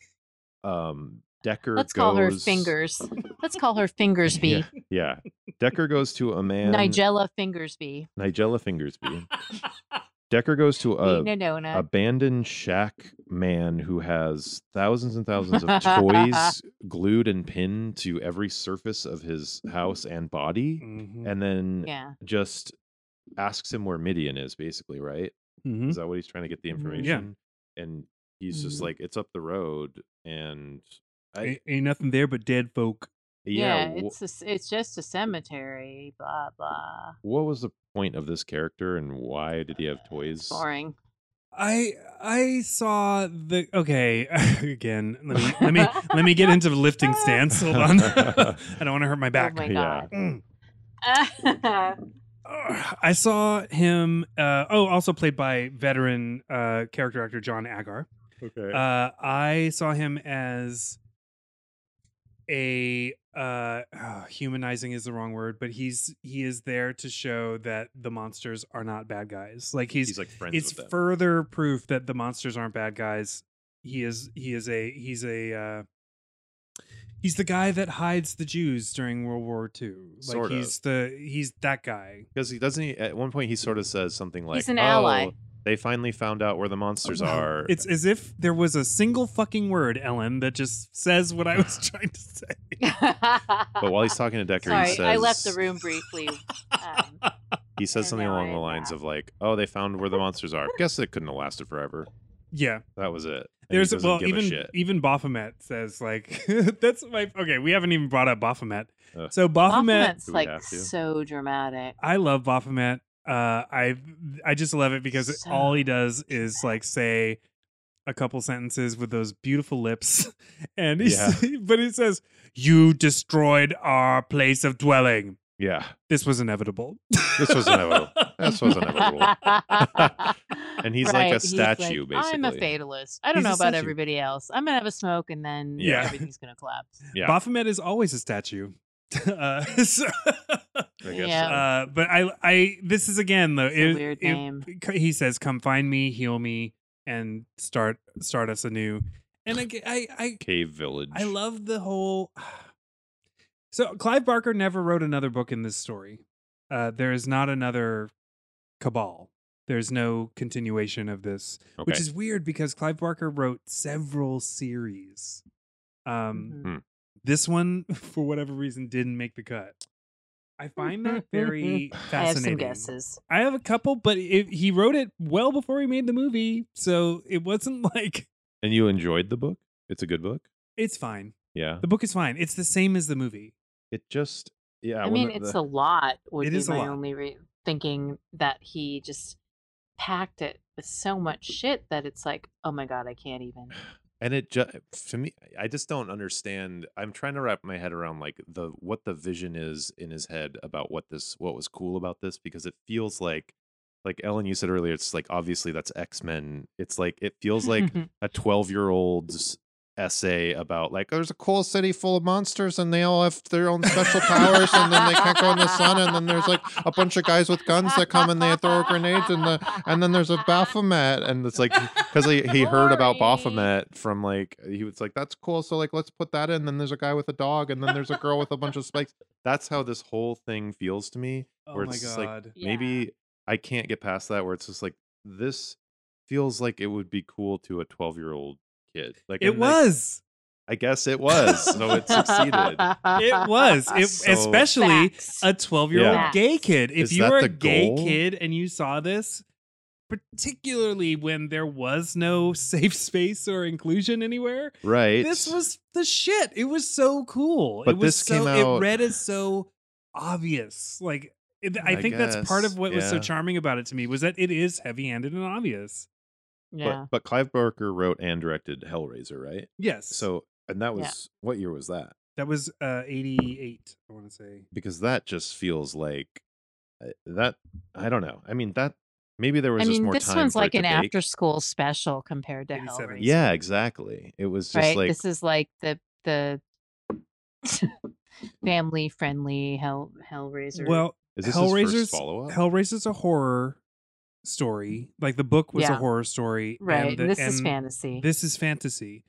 Um, Decker. Let's call her goes- Fingers. Let's call her Fingersby. Yeah, Decker goes to a man. Nigella Fingersby. Nigella Fingersby. Decker goes to a Eating a donut. abandoned shack man who has thousands and thousands of toys glued and pinned to every surface of his house and body Mm-hmm. Mhm. and then Mm-hmm. yeah. just asks him where midian is basically right Mm-hmm. Mhm. is that what he's trying to get the Yeah. Mhm. information and he's just Mhm. like it's up the road and I- ain't, ain't nothing there but dead folk. yeah, wh- it's a s it's just a cemetery. Blah blah. what was the point of this character and why did he have toys Boring. Oh I I saw the okay again. Let me let me let me get into the lifting stance. Hold on, I don't want to hurt my back. Oh my yeah. god. Mm. Ugh, Ugh. I saw him. Uh, oh, also played by veteran uh, character actor John Agar, Okay. Uh, I saw him as a uh, ah, humanizing is the wrong word, but he's he is there to show that the monsters are not bad guys. Like he's, he's like friends it's with them. further proof that the monsters aren't bad guys. He is he is a he's a uh, he's the guy that hides the Jews during World War II. Like Sort of. he's the he's that guy. because he doesn't. He, at one point, he sort of says something like, He's an "Oh, ally." They finally found out where the monsters are. Um, It's as if there was a single fucking word, Ellen, that just says what I was trying to say. oh. but while he's talking to Decker, Sorry, he says, I left the room briefly. Um, He says and something now along I the lines laugh. of like, "Oh, they found where the monsters are." Guess it couldn't have lasted forever. Yeah, That was it. And he there's doesn't well, give a even e shit. even Baphomet says like that's my okay. We haven't even brought up Baphomet. Ugh. So Baphomet, Baphomet's Do we like have to? so dramatic. I love Baphomet. Uh, I I just love it because So all he does is like say a couple sentences with those beautiful lips, and he Yeah. s- but he says, "You destroyed our place of dwelling. yeah, This was inevitable." this was inevitable. this was inevitable. and he's like a statue, I'm a basically. fatalist. I don't He's a know about statue. everybody else. I'm gonna have a smoke and then Yeah. everything's gonna collapse. Yeah. Baphomet is always a statue. uh, so- I guess Yeah. so. uh, but I, I, this is again though. It's a weird name. He says, "Come find me, heal me, and start start us anew." And I, I, I, Cave village. I love the whole. So Clive Barker never wrote another book in this story. Uh, there is not another Cabal. There's no continuation of this, Okay. which is weird because Clive Barker wrote several series. Um, Mhm. this one, for whatever reason, didn't make the cut. I find that very fascinating. I have some guesses. I have a couple, but it, he wrote it well before he made the movie, so it wasn't like and you enjoyed the book? It's a good book. it's fine. Yeah. The book is fine. It's the same as the movie. It just. Yeah. I when mean, the- it's the- a lot. Would It be is a my lot. only re- thinking that he just packed it with so much shit that it's like, oh my god, I can't even. and it just to me i just don't understand i'm trying to wrap my head around like the what the vision is in his head about what this what was cool about this because it feels like like ellen you said earlier it's like obviously that's x-men it's like it feels like a 12 year old's essay about like there's a cool city full of monsters and they all have their own special powers and then they can't go in the sun and then there's like a bunch of guys with guns that come and they throw grenades and the and then there's a Baphomet, and it's like because he, he heard about Boring. Baphomet from like he was like that's cool, so like let's put that in. Then there's a guy with a dog, and then there's a girl with a bunch of spikes. That's how this whole thing feels to me. Oh Where my it's just like- god. Yeah. Maybe I can't get past that where it's just like this feels like it would be cool to a twelve year old kid. Like it and, like, was. I guess it was. So it succeeded. It was. It, So- especially Facts. a 12 year Yeah. old gay kid. If Is you that were the a gay goal? kid and you saw this, particularly when there was no safe space or inclusion anywhere, Right. this was the shit. It was so cool. But it was this so, came out- it read as so obvious. Like, it, I, I think that's part guess, of what was so yeah. charming about it to me was that it is heavy handed and obvious. yeah. but, but Clive Barker wrote and directed Hellraiser, right? Yes. So and that Yeah. was what year was that? that was uh, 88, I want to say. because that just feels like uh, that i don't know i mean that maybe there was I just mean, more this time one's for like an it to bake. after-school special compared to 87. Hellraiser. yeah exactly it was just right. like this is like the the family-friendly Hell Hellraiser. Well, is this his Hellraiser's- first follow-up Hellraiser's a horror story. Mm. Like the book was a Yeah. horror story. and right. the- this is and fantasy. This is fantasy.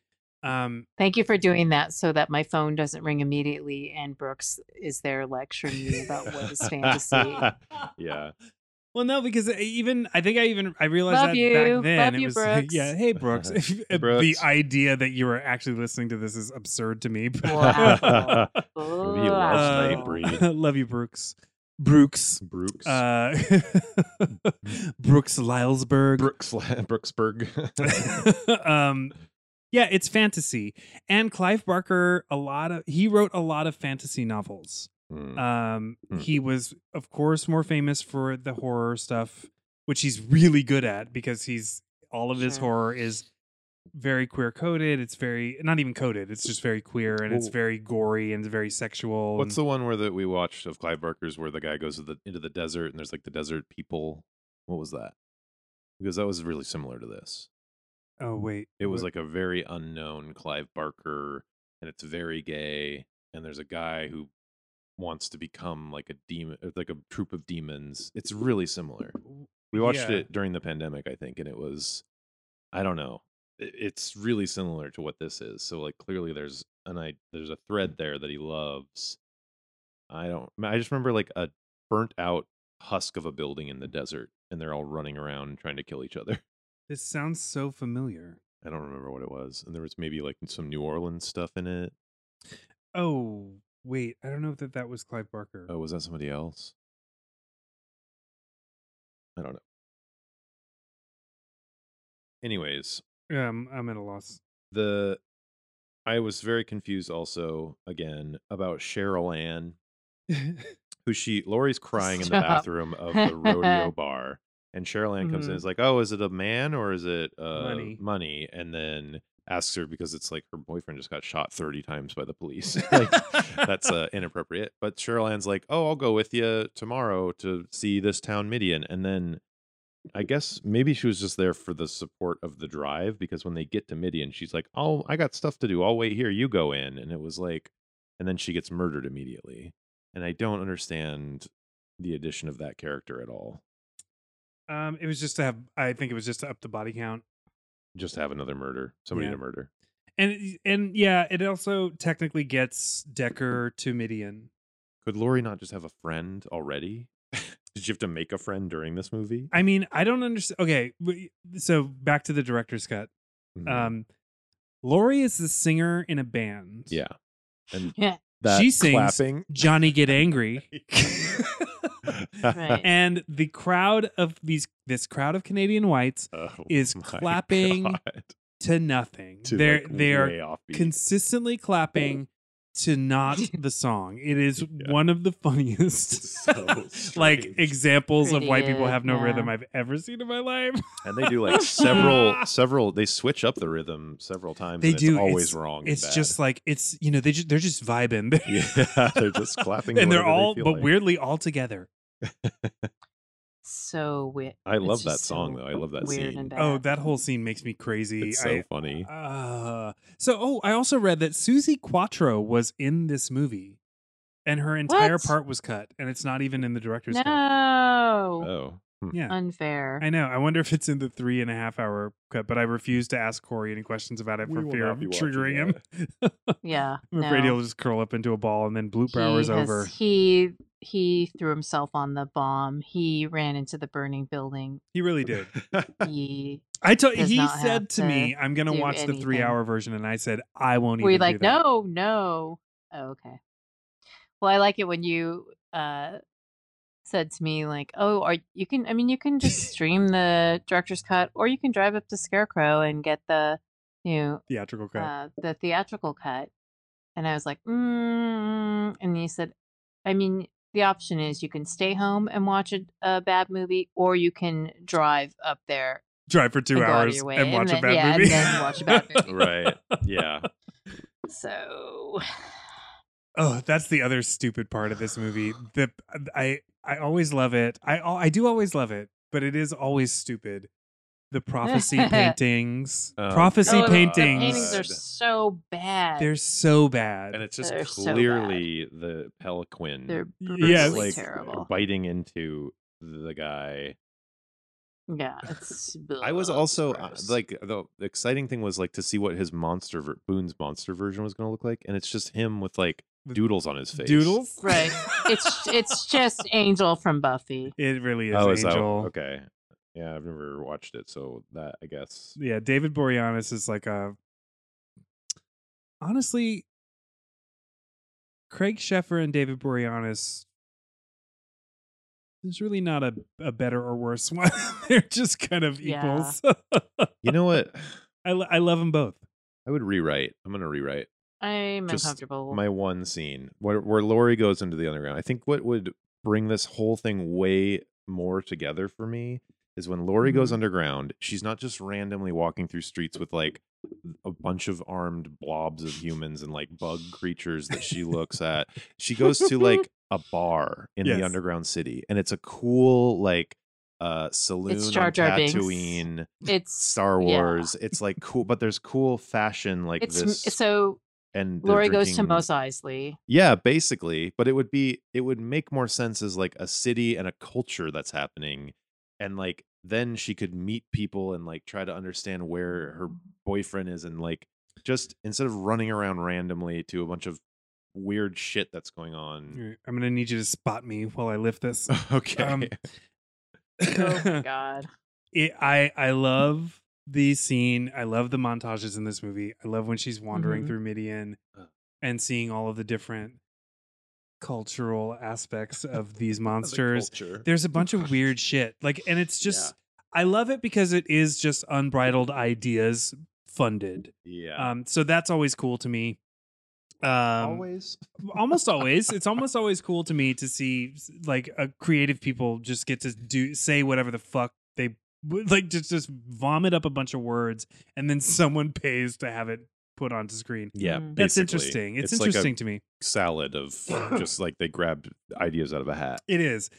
Um, Thank you for doing that so that my phone doesn't ring immediately and Brooks is there lecturing me about what is fantasy. Love yeah well, no, because I even I think I even I realized Love that you. back then Love it you, was like, Brooks. yeah, hey Brooks. If- Hey, Brooks. The idea that you were actually listening to this is absurd to me. but- Wow. loves Uh, Nate Breed. love you, Brooks. Brooks. brooks Uh, Brooks Lylesberg. brooks brooksburg um yeah it's fantasy and clive barker a lot of he wrote a lot of fantasy novels Mm, um Hmm. he was of course more famous for the horror stuff which he's really good at because he's all of his Sure. horror is very queer coded it's very not even coded it's just very queer and it's Well- very gory and very sexual what's and- the one where that we watched of clive barker's where the guy goes to the, into the desert and there's like the desert people what was that because that was really similar to this Oh wait, It was what- like a very unknown Clive Barker, and it's very gay. And there's a guy who wants to become like a demon, uh, like a troop of demons. It's really similar. We watched Yeah. it during the pandemic, I think, and it was, I don't know, It- it's really similar to what this is. So like clearly there's an I there's a thread there that he loves. I don't. I just remember like a burnt out husk of a building in the desert, and they're all running around trying to kill each other. this sounds so familiar. I don't remember what it was. And there was maybe like some New Orleans stuff in it. Oh wait, I don't know that that was Clive Barker. Oh, was that somebody else? I don't know. Anyways, Um, I'm at a loss. the I was very confused also again about Cheryl Ann, who she Lori's crying in the Stop. bathroom of the rodeo bar. And Cheryl Ann comes in Mhm. and is like, Oh, is it a man or is it uh, Money. money? And then asks her because it's like her boyfriend just got shot 30 times by the police. like, that's uh, inappropriate. But Cheryl Ann's like, "Oh, I'll go with you tomorrow to see this town Midian," and then I guess maybe she was just there for the support of the drive because when they get to Midian, she's like, "Oh, I got stuff to do. I'll wait here. You go in." And it was like, and then she gets murdered immediately, and I don't understand the addition of that character at all. um, it was just to have. I think it was just to up the body count, Just have another murder, somebody Yeah. to murder. and and yeah, it also technically gets Decker to Midian. Could Lori not just have a friend already? Did you have to make a friend during this movie? I mean, I don't understand. Okay, w- so back to the director's cut. Mhm. Um, Lori is the singer in a band. yeah, and Yeah. that She sings- clapping. Johnny Get Angry. Right. and the crowd of these this crowd of Canadian whites Oh is my clapping God. to nothing. To, they're like, they are way offbeat. consistently clapping to not the song. It is Yeah. one of the funniest It's so like strange. examples of Pretty white people good, have no yeah. rhythm I've ever seen in my life. and they do like several several they switch up the rhythm several times They and do. it's always It's- wrong and It's bad. just like it's you know they just they're just vibing. yeah they're just clapping to and they're whatever they all feel but like. weirdly all together. So weird. i It's love that just song so though i love that weird scene and bad. Oh, that whole scene makes me crazy. it's so I- funny Uh, so, oh, I also read that Susie Quattro was in this movie, and her entire What? part was cut, and it's not even in the director's cut. No. oh hmm. Yeah, Unfair. I know. I wonder if it's in the three and a half hour cut, but I refuse to ask Corey any questions about it We for will fear not of be watching triggering him. yeah. I'm afraid no. he'll just curl up into a ball and then bloop hour is he has- over. He he threw himself on the bomb. He ran into the burning building. He really did. He I told Does he not have said to me, "I'm gonna do watch the three anything. hour version," and I said, "I won't were you even." do like, that." no, no. Oh, okay. Well, I like it when you uh said to me like, oh, are you can? I mean, you can just stream the director's cut, or you can drive up to Scarecrow and get the you know theatrical cut. uh, the theatrical cut. And I was like, mm. and you said, I mean, the option is you can stay home and watch a, a bad movie, or you can drive up there. Drive for two and go out of hours your way, and and watch a then- bad yeah, and movie. then watch a bad movie. right yeah So, Oh, that's the other stupid part of this movie. The I I always love it. I al- I do always love it, but it is always stupid. The prophecy paintings, Oh, prophecy See, Oh, the- paintings, The paintings are God. so bad. they're so bad. and it's just They're so bad. clearly the pelican they're Yes. brutally It's Mm, like terrible. biting into the guy Yeah, it's. I was ugh, also uh, gross. like the the exciting thing was like to see what his monster ver- Boone's monster version was going to look like, and it's just him with like With doodles on his face. Doodles, Right. it's it's just Angel from Buffy. it really is Oh, is that Angel. okay? Yeah, I've never watched it, so that I guess Yeah, David Boreanaz is like a. Honestly, Craig Sheffer and David Boreanaz. There's really not a, a better or worse one. They're just kind of Yeah. equals. you know what I, lo- I love them both. I would rewrite. I'm gonna rewrite I'm Just uncomfortable. my one scene where where Lori goes into the underground. I think what would bring this whole thing way more together for me is when Lori goes Mm-hmm. underground, she's not just randomly walking through streets with like a bunch of armed blobs of humans and like bug creatures that she looks at. She goes to like a bar in Yes. the underground city and it's a cool like uh, Saloon, It's on Jar Jar Binks. Tatooine, It's Star yeah. Wars. It's like cool, but there's cool fashion like it's this. so and they're Lori goes to drinking- Mos Eisley. Yeah, basically. But it would be it would make more sense as like a city and a culture that's happening. And like then she could meet people and like try to understand where her boyfriend is and like just instead of running around randomly to a bunch of weird shit that's going on. You're- I'm gonna need you to spot me while I lift this. Okay. Um, Oh my god. it, I I love the scene. I love the montages in this movie. I love when she's wandering Mhm. through Midian Mm-hmm. Uh. and seeing all of the different cultural aspects of these The monsters. culture. There's a bunch of weird shit. Like and it's just I love it because it is just unbridled ideas funded. Yeah. Um so that's always cool to me. Um Always. almost always it's almost always cool to me to see like uh, creative people just get to do say whatever the fuck they like just just vomit up a bunch of words and then someone pays to have it put onto screen Yeah. Mm. that's basically. interesting it's, like a interesting to me salad of just like they grabbed ideas out of a hat. it is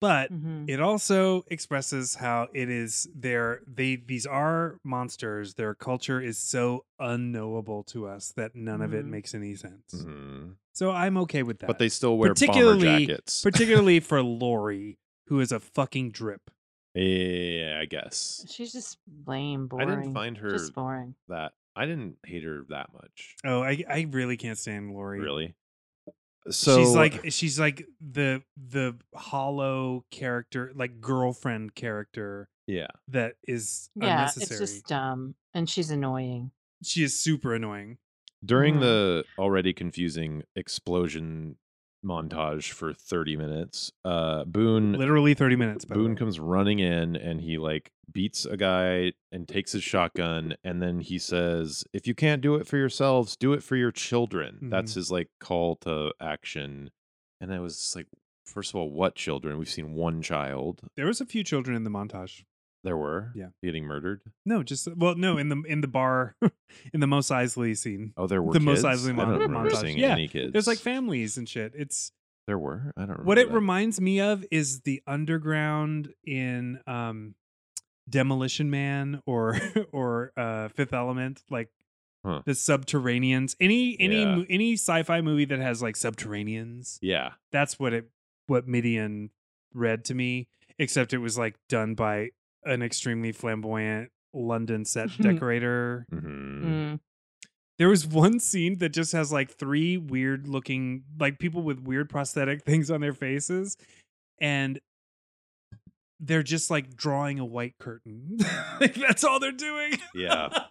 but Mhm. it also expresses how it is their they these are monsters their culture is so unknowable to us that none of it Mhm. makes any sense Mhm. so i'm okay with that But they still wear bomber Particularly- jackets. particularly for Lori, who is a fucking drip. yeah, I guess. She's just lame, I boring. didn't find her just boring. that I didn't hate her that much. Oh, I I really can't stand Lori. Really. So she's like she's like the the hollow character, like girlfriend character yeah. that is Yeah, it's unnecessary. just dumb, and she's annoying. She is super annoying. During Mm-hmm. Mm. the already confusing explosion montage for 30 minutes, uh Boone Literally thirty minutes. By the Boone way. comes running in and he like beats a guy and takes his shotgun and then he says, "If you can't do it for yourselves, do it for your children." Mm-hmm. That's his like call to action. And I was just like, first of all, what children? We've seen one child. There was a few children in the montage. There were Yeah. getting murdered. No, just well, no, in the in the bar, in the Mos Eisley scene. Oh, there were The most kids? Eisley I mon- don't remember montage. seeing Yeah, any kids. There's like families and shit. It's there were. I don't remember. what it that. reminds me of is the underground in um demolition man or or uh fifth element like Huh. the subterraneans any any Yeah. mo- any sci-fi movie that has like subterraneans Yeah, that's what it what midian read to me except it was like done by an extremely flamboyant london set decorator hmm Mm. there was one scene that just has like three weird looking, like people with weird prosthetic things on their faces. And they're just like drawing a white curtain. like that's all they're doing. yeah,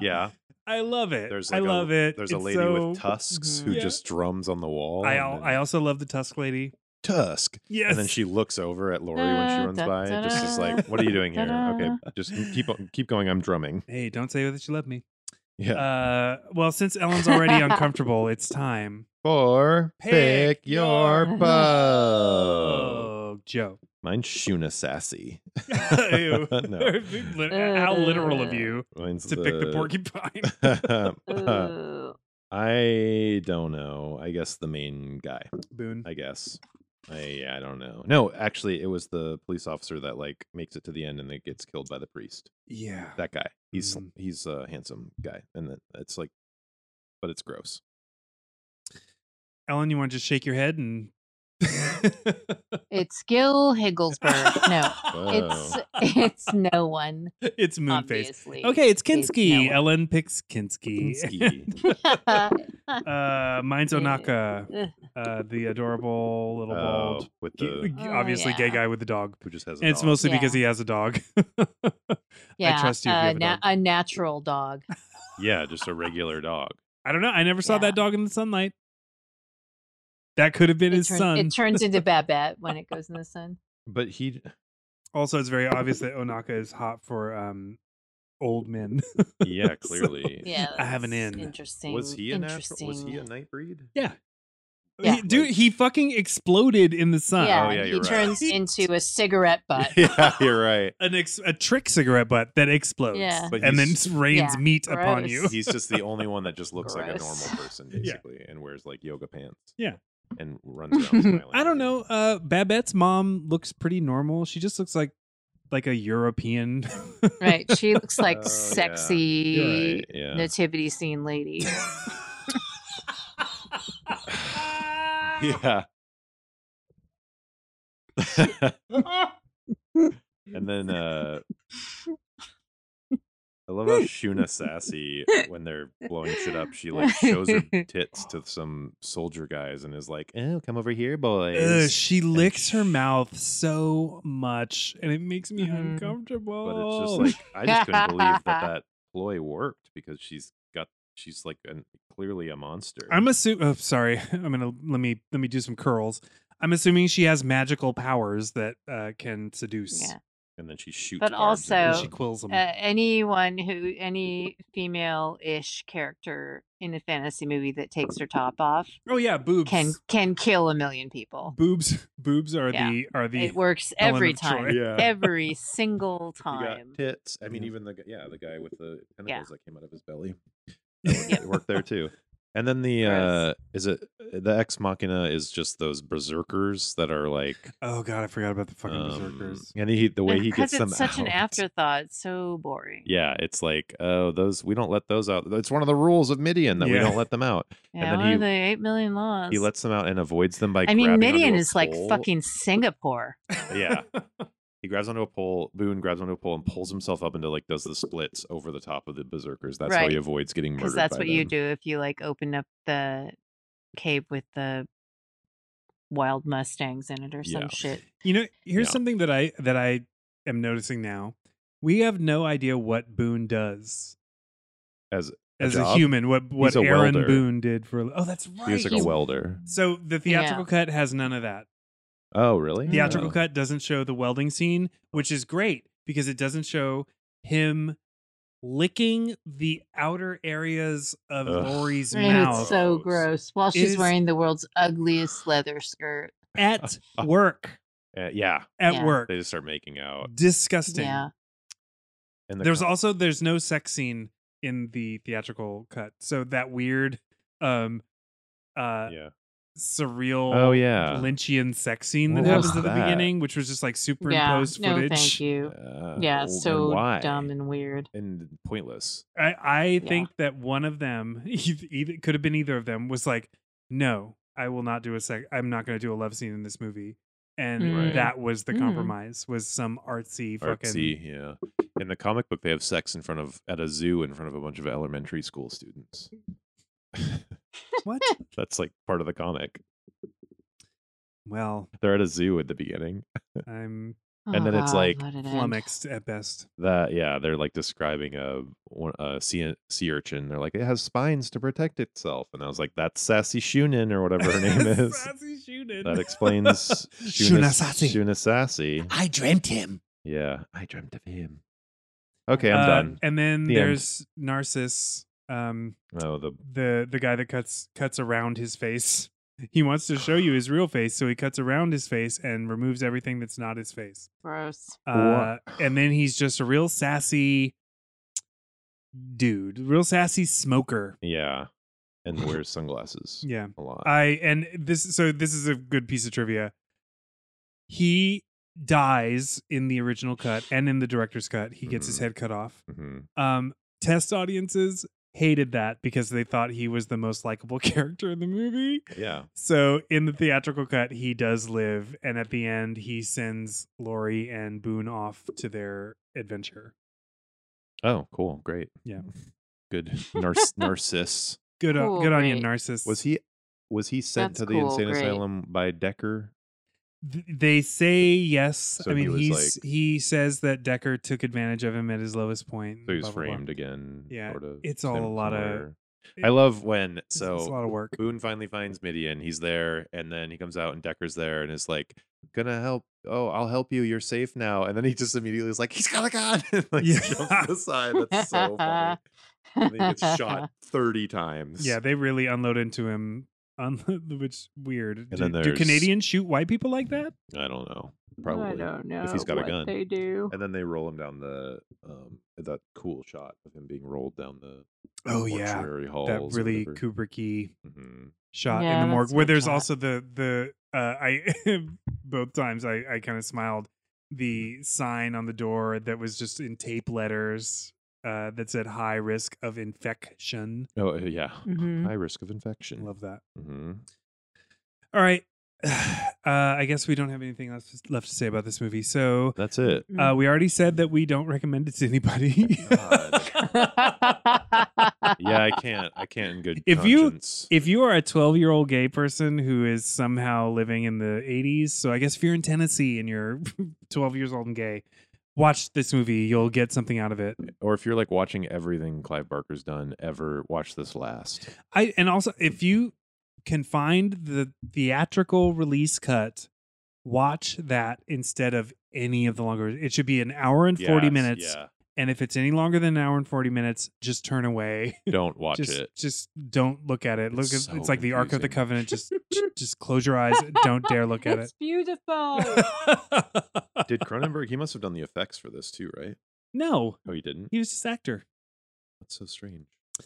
yeah. I love it. There's I like a- love it. There's a It's lady so- with tusks who Yeah. just drums on the wall. I, and al- then- I also love the Tusk Lady. tusk, Yes. and then she looks over at Lori when she Da, runs da, by, da, and just is da, like, "What are you doing here? da, Okay, da. just keep on, keep going. I'm drumming." Hey, don't say that you love me. Yeah. Uh, well, since Ellen's already uncomfortable, it's time. Four, pick, Uh, pick your your Uh. bow. Oh, Joe. Mine's Shuna Sassy. Ew. No. Lit- How literal of you Mine's Uh, to pick the porcupine. porcupine. Mm, Ugh. I don't know. I guess the main guy. Boone. I guess. I I don't know. No, actually, it was the police officer that like makes it to the end and then gets killed by the priest. yeah. That guy. He's Mm. he's a handsome guy, and then it's like, but it's gross. Ellen, you want to just shake your head and It's Gil Higglesburg. No, it's Oh. it's no one. it's Moonface. Obviously. Okay, it's It's Kinski. no. Ellen picks Kinski. Kinski. uh, mine's Onaka, Ugh. uh, the adorable little Oh, bald, with g- the g- Oh, obviously gay yeah. guy with the dog. who just has. A And it's dog. mostly because Yeah. he has a dog. yeah, trust you if you uh, have a dog. na- a natural dog. yeah, just a regular dog. I don't know. I never saw Yeah. that dog in the sunlight. That could have been his turns, son. It turns into Babette when it goes in the sun. But he, also, it's very obvious that Onaka is hot for um, old men. yeah, So- clearly. Yeah, I have an that's in. Interesting. Was he a natural? interesting. Was he a night breed? Yeah. He- dude, he fucking exploded in the sun. Yeah, Oh, yeah, he you're right. turns into a cigarette butt. yeah, you're right. an ex- a trick cigarette butt that explodes Yeah. But and then he's- s- rains Yeah, meat upon gross. you. He's just the only one that just looks like a Gross. normal person, Yeah. basically, and wears like yoga pants. Yeah. and runs around. smiling. I don't know. Uh, Babette's mom looks pretty normal. She just looks like like a European. Right. She looks like Oh, yeah. sexy Yeah. nativity scene lady. yeah. and then uh I love how Shuna Sassy, when they're blowing shit up, she like shows her tits to some soldier guys and is like, "Oh, come over here, boys." Ugh, she And licks her sh- mouth so much, and it makes me Mhm. uncomfortable. But it's just like I just couldn't believe that that ploy worked because she's got she's like an, clearly a monster. I'm assuming. Oh, sorry, I'm gonna let me let me do some curls. I'm assuming she has magical powers that uh, can seduce. Yeah. and then she shoots. But barbs at And So, she them. quills them. Uh, anyone who, any female ish character in a fantasy movie that takes her top off oh yeah, boobs. can can kill a million people. boobs boobs are Yeah. the are the It works Ellen every of time. Troy. yeah. Every single You got time. tits. I mean, Yeah. even the gu- yeah, the guy with the tentacles that came out of his belly. Yep. It worked there too. And then the uh is it the ex machina is just those berserkers that are like oh god, I forgot about the fucking um, berserkers. And he the way he because gets them it's such an out. afterthought, it's so boring. Yeah, it's like oh those we don't let those out. It's one of the rules of Midian that we Yeah. don't let them out. Yeah, then one of he- the eight million laws. He lets them out and avoids them by. I mean, grabbing onto Midian a is like pole. fucking Singapore. Yeah. He grabs onto a pole. Boone grabs onto a pole and pulls himself up into like does the splits over the top of the berserkers. That's how Right. he avoids getting murdered. because that's by what you them. do if you like open up the cave with the wild mustangs in it or some Yeah. shit. You know, here's Yeah. something that I that I am noticing now. We have no idea what Boone does As a as a, job? human. What what a Aaron welder. Boone did for oh, that's right. He was like a he's- welder. So the theatrical cut has none of that. Oh, really? The theatrical Oh. cut doesn't show the welding scene, which is great because it doesn't show him licking the outer areas of Ugh. Lori's Ew, it's mouth so Gross. While she's is- wearing the world's ugliest leather skirt. at work. Uh, yeah, At Yeah. work, they just start making out. disgusting. Yeah. And the There's co- also there's no sex scene in the theatrical cut, so that weird, um, uh, yeah. surreal, Oh yeah. Lynchian sex scene that What happens was at the that? beginning, which was just like superimposed no, footage. thank you. Uh, Yeah, well, then so why? dumb and weird. and pointless. I, I Yeah. think that one of them, eith- either could have been either of them, was like, "No, I will not do a sec. I'm not going to do a love scene in this movie." And Mm. Right. that was the Mm. compromise. Was some artsy fucking Artsy, yeah. In the comic book, they have sex in front of at a zoo in front of a bunch of elementary school students. what? That's like part of the comic. Well, They're at a zoo at the beginning. I'm And then it's like let it end. flummoxed at best. That yeah, they're like describing a one- a sea, sea urchin. They're like it has spines to protect itself, and I was like, that's Sassy Shunin or whatever her name is. Sassy Shunin. That explains Shuna Shuna- Sassy. Shuna Sassy. I dreamt him. Yeah, I dreamt of him. Okay, I'm Uh, done. And then The end. there's Narcissus, um, Oh, the the the guy that cuts cuts around his face. He wants to show you his real face, so he cuts around his face and removes everything that's not his face. gross. Uh, and then he's just a real sassy dude, real sassy smoker. yeah, and wears sunglasses Yeah. a lot. I and this so this is a good piece of trivia. He dies in the original cut and in the director's cut. He gets his Mhm. head cut off. hmm Um, test audiences hated that because they thought he was the most likable character in the movie. Yeah, So in the theatrical cut, he does live, and at the end, he sends Lori and Boone off to their adventure. Oh, cool. Great. Yeah. Good. Narciss. Narciss. Good, o- Cool, good on you, great. Narcissus. Was he was he sent That's to the cool, insane great. asylum by Decker? Th- they say yes. So I he mean, was he's like- he says that Decker took advantage of him at his lowest point. So he was blah, blah, blah. framed again. Yeah, Sort of. it's all a sim- lot of- similar. it- I love when It's- it's a so lot of work. Boone finally finds Midian. He's there, and then he comes out, and Decker's there, and is like, "Gonna help? Oh, I'll help you. You're safe now." And then he just immediately is like, "He's got a gun!" and like Yeah. jumps to the side. That's so funny. And then he gets shot thirty times. Yeah, they really unload into him. On which weird. Do, then do there's- Canadians shoot white people like that? I don't know. Probably. Oh, I don't know. he's got a what gun. They do. And then they roll him down the um that cool shot of him being rolled down the Oh yeah, mortuary that halls or really whatever. Kubricky Mhm. shot Yeah, in the morgue that's a where good there's shot. also the the uh i both times i i kind of smiled the sign on the door that was just in tape letters uh, that said high risk of infection. Oh uh, yeah, Mhm. high risk of infection. Mm-hmm. Love that. hmm All right. Uh, I guess we don't have anything else left to say about this movie. So That's it. Mm. uh, we already said that we don't recommend it to anybody. God. Mm. yeah, I can't. I can't in good If you- conscience. if you are a 12 year old gay person who is somehow living in the 80s, so I guess if you're in Tennessee and you're 12 years old and gay, watch this movie. You'll get something out of it. or if you're like watching everything Clive Barker's done ever, watch this last. I and also if you can find the theatrical release cut, watch that instead of any of the longer. It should be an hour and 40 Yes, minutes. Yeah, And if it's any longer than an hour and 40 minutes, just turn away. don't watch just it. just don't look at it. It's Look at so it's like the Ark of the confusing. Covenant. Just j- just close your eyes. Don't dare look at it. It's beautiful. Did Cronenberg? He must have done the effects for this too, right? no, Oh, he didn't. he was just actor. That's so strange. I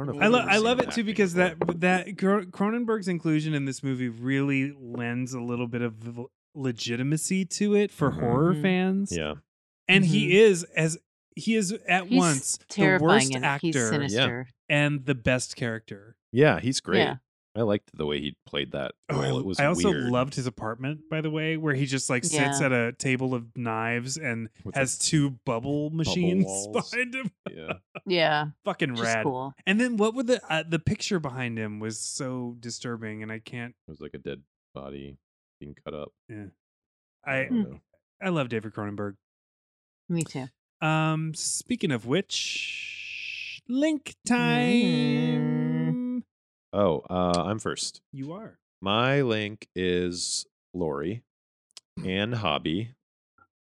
don't know. If I I've love ever I seen love him it too acting because that before. that Cro- Cronenberg's inclusion in this movie really lends a little bit of v- legitimacy to it for Mhm. horror Mhm. fans. Yeah, And he is as he is at Mm-hmm. He's once the terrifying worst and he's actor sinister. and the best character. yeah, he's great. Yeah. I liked the way he played that. Oh, I, role. it was. I also weird. loved his apartment, by the way, where he just like sits Yeah. at a table of knives and With has the- two bubble machines walls. behind him. Yeah. Yeah, Fucking which is rad. cool. And then what were the uh, the picture behind him was so disturbing, and I can't. It was like a dead body being cut up. I don't Hmm. know. I love David Cronenberg. Me too. Um, speaking of which, link time. Oh, uh, I'm first. You are. My link is Lori Mm. and Hobby,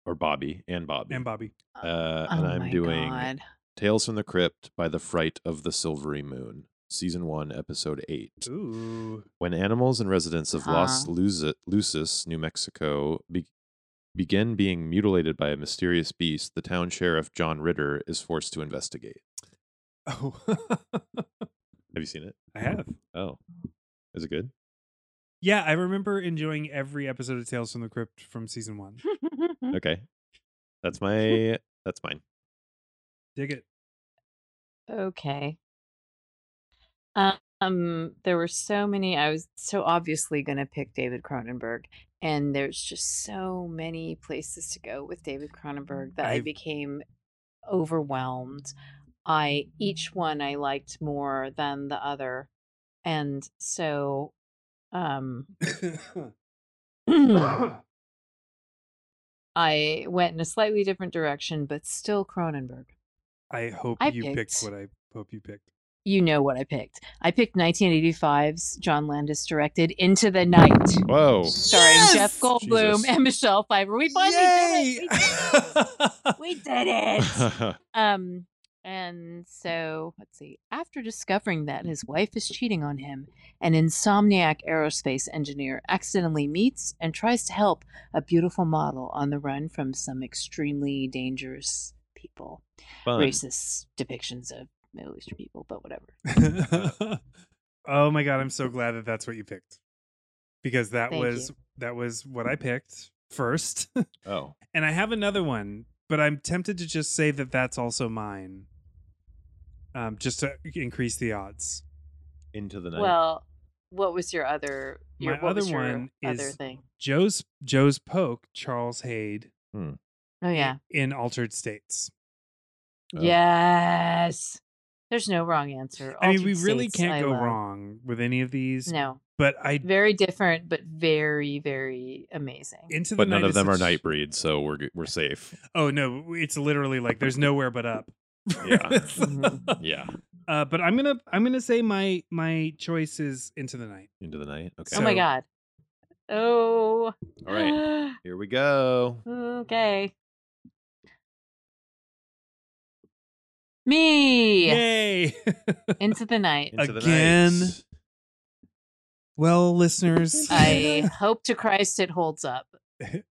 or Bobby and Bobby. And Bobby. Uh, Oh and I'm my doing God. Tales from the Crypt by the Fright of the Silvery Moon, Season 1, Episode 8. Ooh. When animals and residents of Los Huh. Luzi- Luces, New Mexico, be- begin being mutilated by a mysterious beast, the town sheriff, John Ritter, is forced to investigate. Oh. Have you seen it? I have. Oh. Is it good? Yeah, I remember enjoying every episode of Tales from the Crypt from season one. Hmm. Mm. Okay. That's my. That's mine. Dig it. Okay. Um, there were so many. I was so obviously going to pick David Cronenberg, and there's just so many places to go with David Cronenberg that I I've- became overwhelmed. I each one I liked more than the other, and so, um, I went in a slightly different direction, but still Cronenberg. I hope I you picked. picked. what I hope you picked. You know what I picked. I picked 1985's John Landis directed Into the Night. Whoa. starring Yes! Jeff Goldblum Oh. Jesus. and Michelle Pfeiffer. We finally did it. We did it. We did it. um, and so let's see. After discovering that his wife is cheating on him, an insomniac aerospace engineer accidentally meets and tries to help a beautiful model on the run from some extremely dangerous people, Fun. racist depictions of Middle Eastern people, but whatever. oh my god, I'm so glad that that's what you picked. Because that Thank was you. that was what I picked first. Oh. and I have another one, but I'm tempted to just say that that's also mine. Um just to increase the odds. Into the night. Well, what was your other? Your, My what was other your one other is- thing. Joe's Joe's poke Charles Hayde Oh yeah. in Altered States. Oh. Yes. There's no wrong answer. I mean, Altered we really States, can't I go love. wrong with any of these. No. But I Very different, but very, very amazing. into the but none Night of is them are such- night breed, so we're g- we're safe. Oh no, it's literally like there's nowhere but up. Yeah. Mm-hmm. It's- Yeah, Uh, but I'm gonna I'm gonna say my my choice is into the night. into the night. Okay. oh my so- god. Oh. All right, here we go. okay. Me Yay! into the night. Into the Again. night. well, listeners, I hope to Christ it holds up.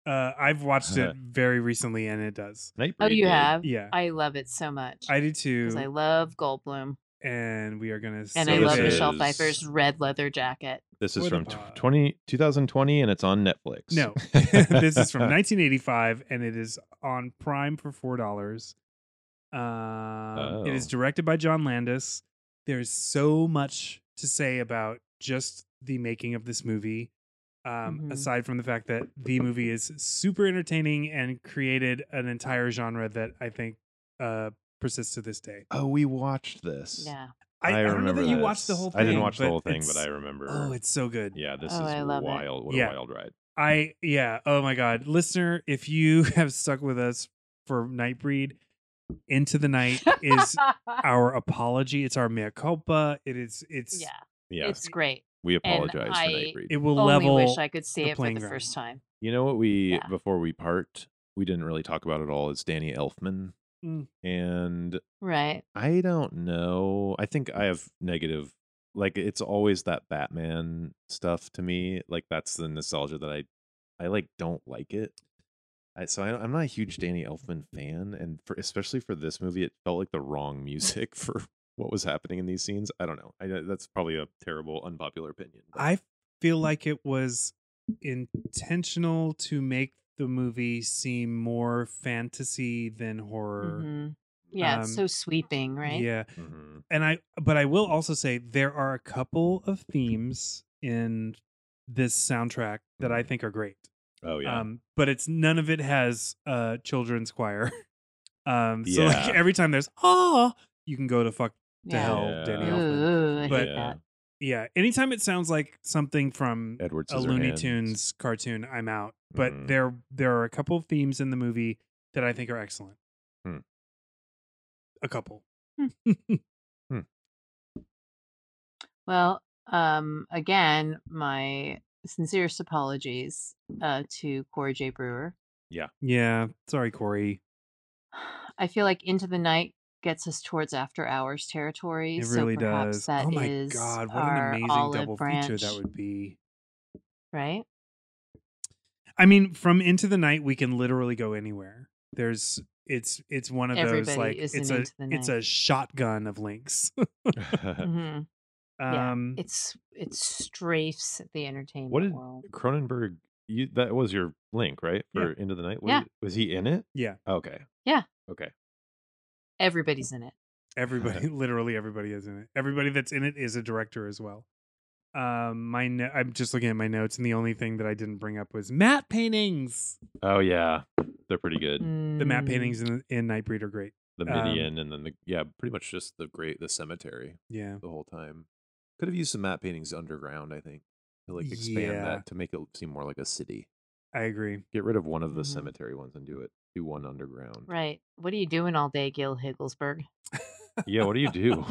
Oh, uh, I've watched it very recently and it does. Night Oh, breed, you dude. have. Yeah, I love it so much I, do too. because I love Goldblum and we are gonna and So I save love it. Michelle is- Pfeiffer's red leather jacket. This is Or the from tw- pod. 20, 2020 and it's on Netflix. No, this is from 1985, and it is on Prime for four dollars. Um, It is Oh. directed by John Landis. There's so much to say about just the making of this movie. Um, Mm-hmm. Mhm. Aside from the fact that the movie is super entertaining and created an entire genre that I think uh, persists to this day. Oh, we watched this. Yeah. I, I don't know remember that you watched the this. whole. thing. I didn't watch the whole thing, it's- but I remember. Oh, it's so good. yeah, this Oh, is I love it. wild. What Yeah. a wild ride. I yeah. Oh my god, listener, if you have stuck with us for Nightbreed, Into the Night is our apology. It's our mea culpa. It is. It's. yeah. Yeah, It's great. we and apologize for I- Nightbreed. It will Only level. wish I could see the it for playing the ground. first time. You know what we Yeah. before we part, we didn't really talk about at all is Danny Elfman. Mm. And Right. I don't know. I think I have negative like it's always that Batman stuff to me. Like that's the nostalgia that I I like don't like it. I, so I, I'm not a huge Danny Elfman fan, and for especially for this movie, it felt like the wrong music for what was happening in these scenes. I don't know. I, uh, that's probably a terrible, unpopular opinion. but- I feel like it was intentional to make the movie seem more fantasy than horror. Mhm. Yeah. Um, it's so sweeping, right? Yeah, Mhm. and I. But I will also say there are a couple of themes in this soundtrack that I think are great. Oh yeah. um but it's none of it has uh children's choir um so Yeah. like every time there's ah you can go to fuck to Yeah. Mm-hmm. hell Yeah. danny Ooh, elfman I hate But- that. yeah anytime it sounds like something from Edward a looney Scissorhands. tunes cartoon i'm out but Mhm. there there are a couple of themes in the movie that i think are excellent Hmm. a couple Well, um, again, my sincerest apologies uh, to Corey J. Brewer. yeah sorry corey I feel like Into the Night gets us towards after hours territory. it really so perhaps does that oh my is god what an our amazing olive double branch, feature that would be right? I mean, from Into the Night, we can literally go anywhere. There's it's it's one of those Everybody like is it's in a Into the it's Night. a shotgun of links. hmm Yeah, um, It's it strafes the entertainment did- world. Cronenberg, you that was your link, right? Yeah. For End of the Night. What Yeah. did- Was he in it? yeah, Okay. Yeah. Okay. Everybody's in it. everybody, literally everybody is in it. Everybody that's in it is a director as well. Um, my no- I'm just looking at my notes, and the only thing that I didn't bring up was matte paintings. Oh yeah, they're pretty good. The matte Mm, paintings in, in Nightbreed are great. The Um, Midian, and then the yeah, pretty much just the great the cemetery Yeah, the whole time. Could have used some matte paintings underground, I think, to like expand Yeah. that to make it seem more like a city. I agree. Get rid of one of the Mhm. cemetery ones and do it. Do one underground. Right. What are you doing all day, Gil Higglesberg? Yeah. What do you do?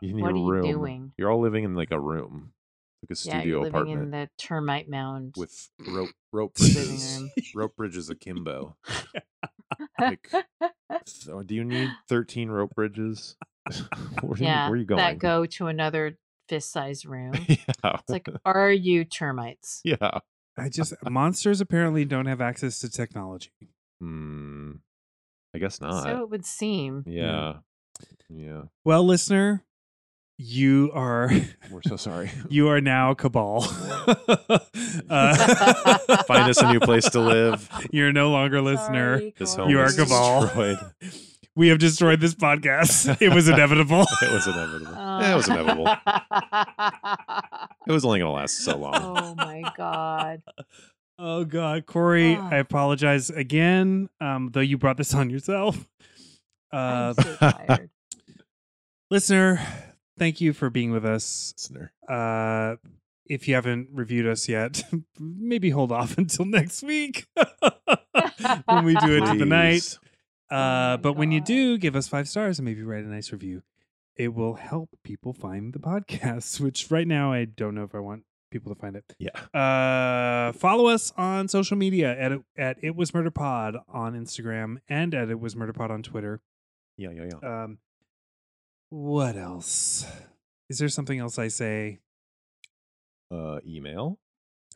You need What a are you room. doing? You're all living in like a room, like a yeah, you're studio living apartment in the termite mound with rope rope living bridges. room. rope bridges akimbo. Like, so do you need 13 rope bridges? where, do you- yeah, where are you going? that go to another fist-sized room. It's yeah. like, are you termites? yeah. I just monsters apparently don't have access to technology. Hmm. I guess not. So it would seem. yeah. Yeah. Well, listener, you are We're so sorry. you are now Cabal. Uh, Find us a new place to live. you're no longer listener. Sorry, This Corey. home You are is Cabal. destroyed. We have destroyed this podcast. It was inevitable. It was inevitable. Yeah, it was inevitable. Oh. It was only going to last so long. oh my god. Oh God, Corey, Ah. I apologize again. Um, though you brought this on yourself. Uh, I'm so tired. listener, thank you for being with us. Listener. Uh, if you haven't reviewed us yet, maybe hold off until next week when we do it to the night. Please. Uh, my but when you God. do, give us five stars and maybe write a nice review. It will help people find the podcast, which right now I don't know if I want people to find it. Yeah. Uh, follow us on social media at at it was murder pod on Instagram and at it was murder pod on Twitter. Yeah. Yeah. Yeah. Um, what else? Is there something else I say? Uh, email.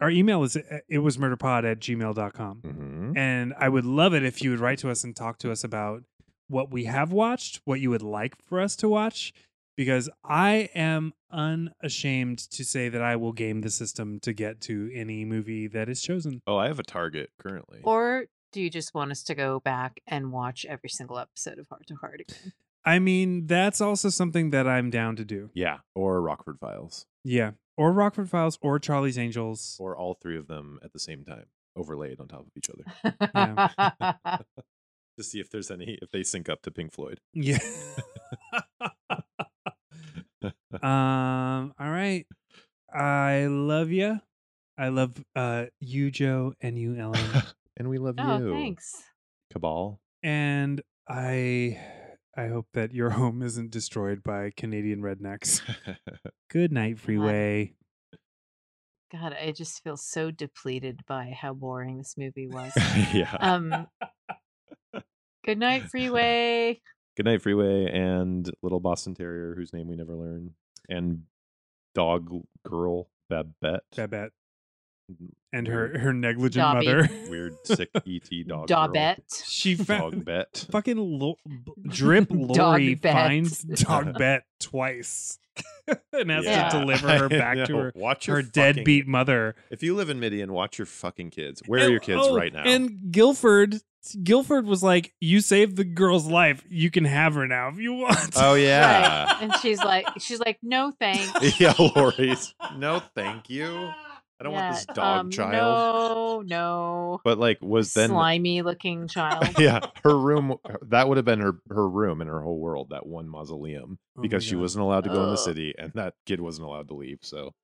Our email is uh, it was murderpod at gmail.com. Mm-hmm. And I would love it if you would write to us and talk to us about what we have watched, what you would like for us to watch, because I am unashamed to say that I will game the system to get to any movie that is chosen. Oh, I have a target currently. Or do you just want us to go back and watch every single episode of Heart to Heart again? I mean, that's also something that I'm down to do. yeah, or Rockford Files, Yeah. Or Rockford Files or Charlie's Angels. or all three of them at the same time, overlaid on top of each other, to see if there's any if they sync up to Pink Floyd. Yeah. um, all right. I love you. I love uh, you, Joe, and you, Ellen. and we love oh, you, thanks. Cabal. and I I hope that your home isn't destroyed by Canadian rednecks. Good night, freeway. God, I just feel so depleted by how boring this movie was. yeah. Um, good night, Freeway. Good night, Freeway, and little Boston Terrier, whose name we never learn, and dog girl Babette, Babette Mm-hmm. and her her negligent Dobby. mother. weird sick ET dog. Oh, girl. Daubette. She dog found bet. fucking lo- b- drip Dog Lori bet. finds dog bet twice and has Yeah. to deliver her back to No, her Watch your her fucking- deadbeat mother. If you live in Midian, watch your fucking kids. Where are And- your kids oh, right now? And Guilford, Guilford was like, "You saved the girl's life. You can have her now if you want." oh yeah, Right. And she's like, she's like, no thanks. yeah, Lori's. No, thank you. I don't want this dog um, child. No, no. But like, was then Slimy looking child. yeah, her room that would have been her her room in her whole world that one mausoleum Oh my because she God. wasn't allowed to go in the Ugh. city and that kid wasn't allowed to leave. So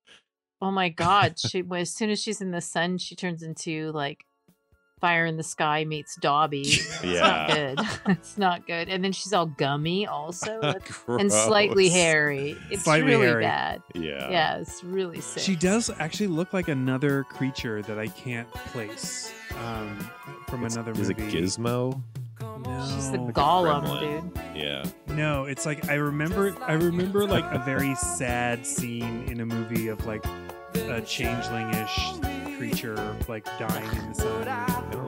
Oh my god, she well, as soon as she's in the sun, she turns into like fire in the sky meets Dobby. It's not yeah, good. it's not good. And then she's all gummy also. That's- and slightly Gross. hairy. It's Slightly really hairy. bad. Yeah, Yeah, it's really sick. She does actually look like another creature that I can't place um, from It's- another is movie. it Gizmo? No, She's the Like a golem, gremlin. dude. Yeah, no, it's like I remember. I remember like a very sad scene in a movie of like a changeling-ish creature like dying in the sun.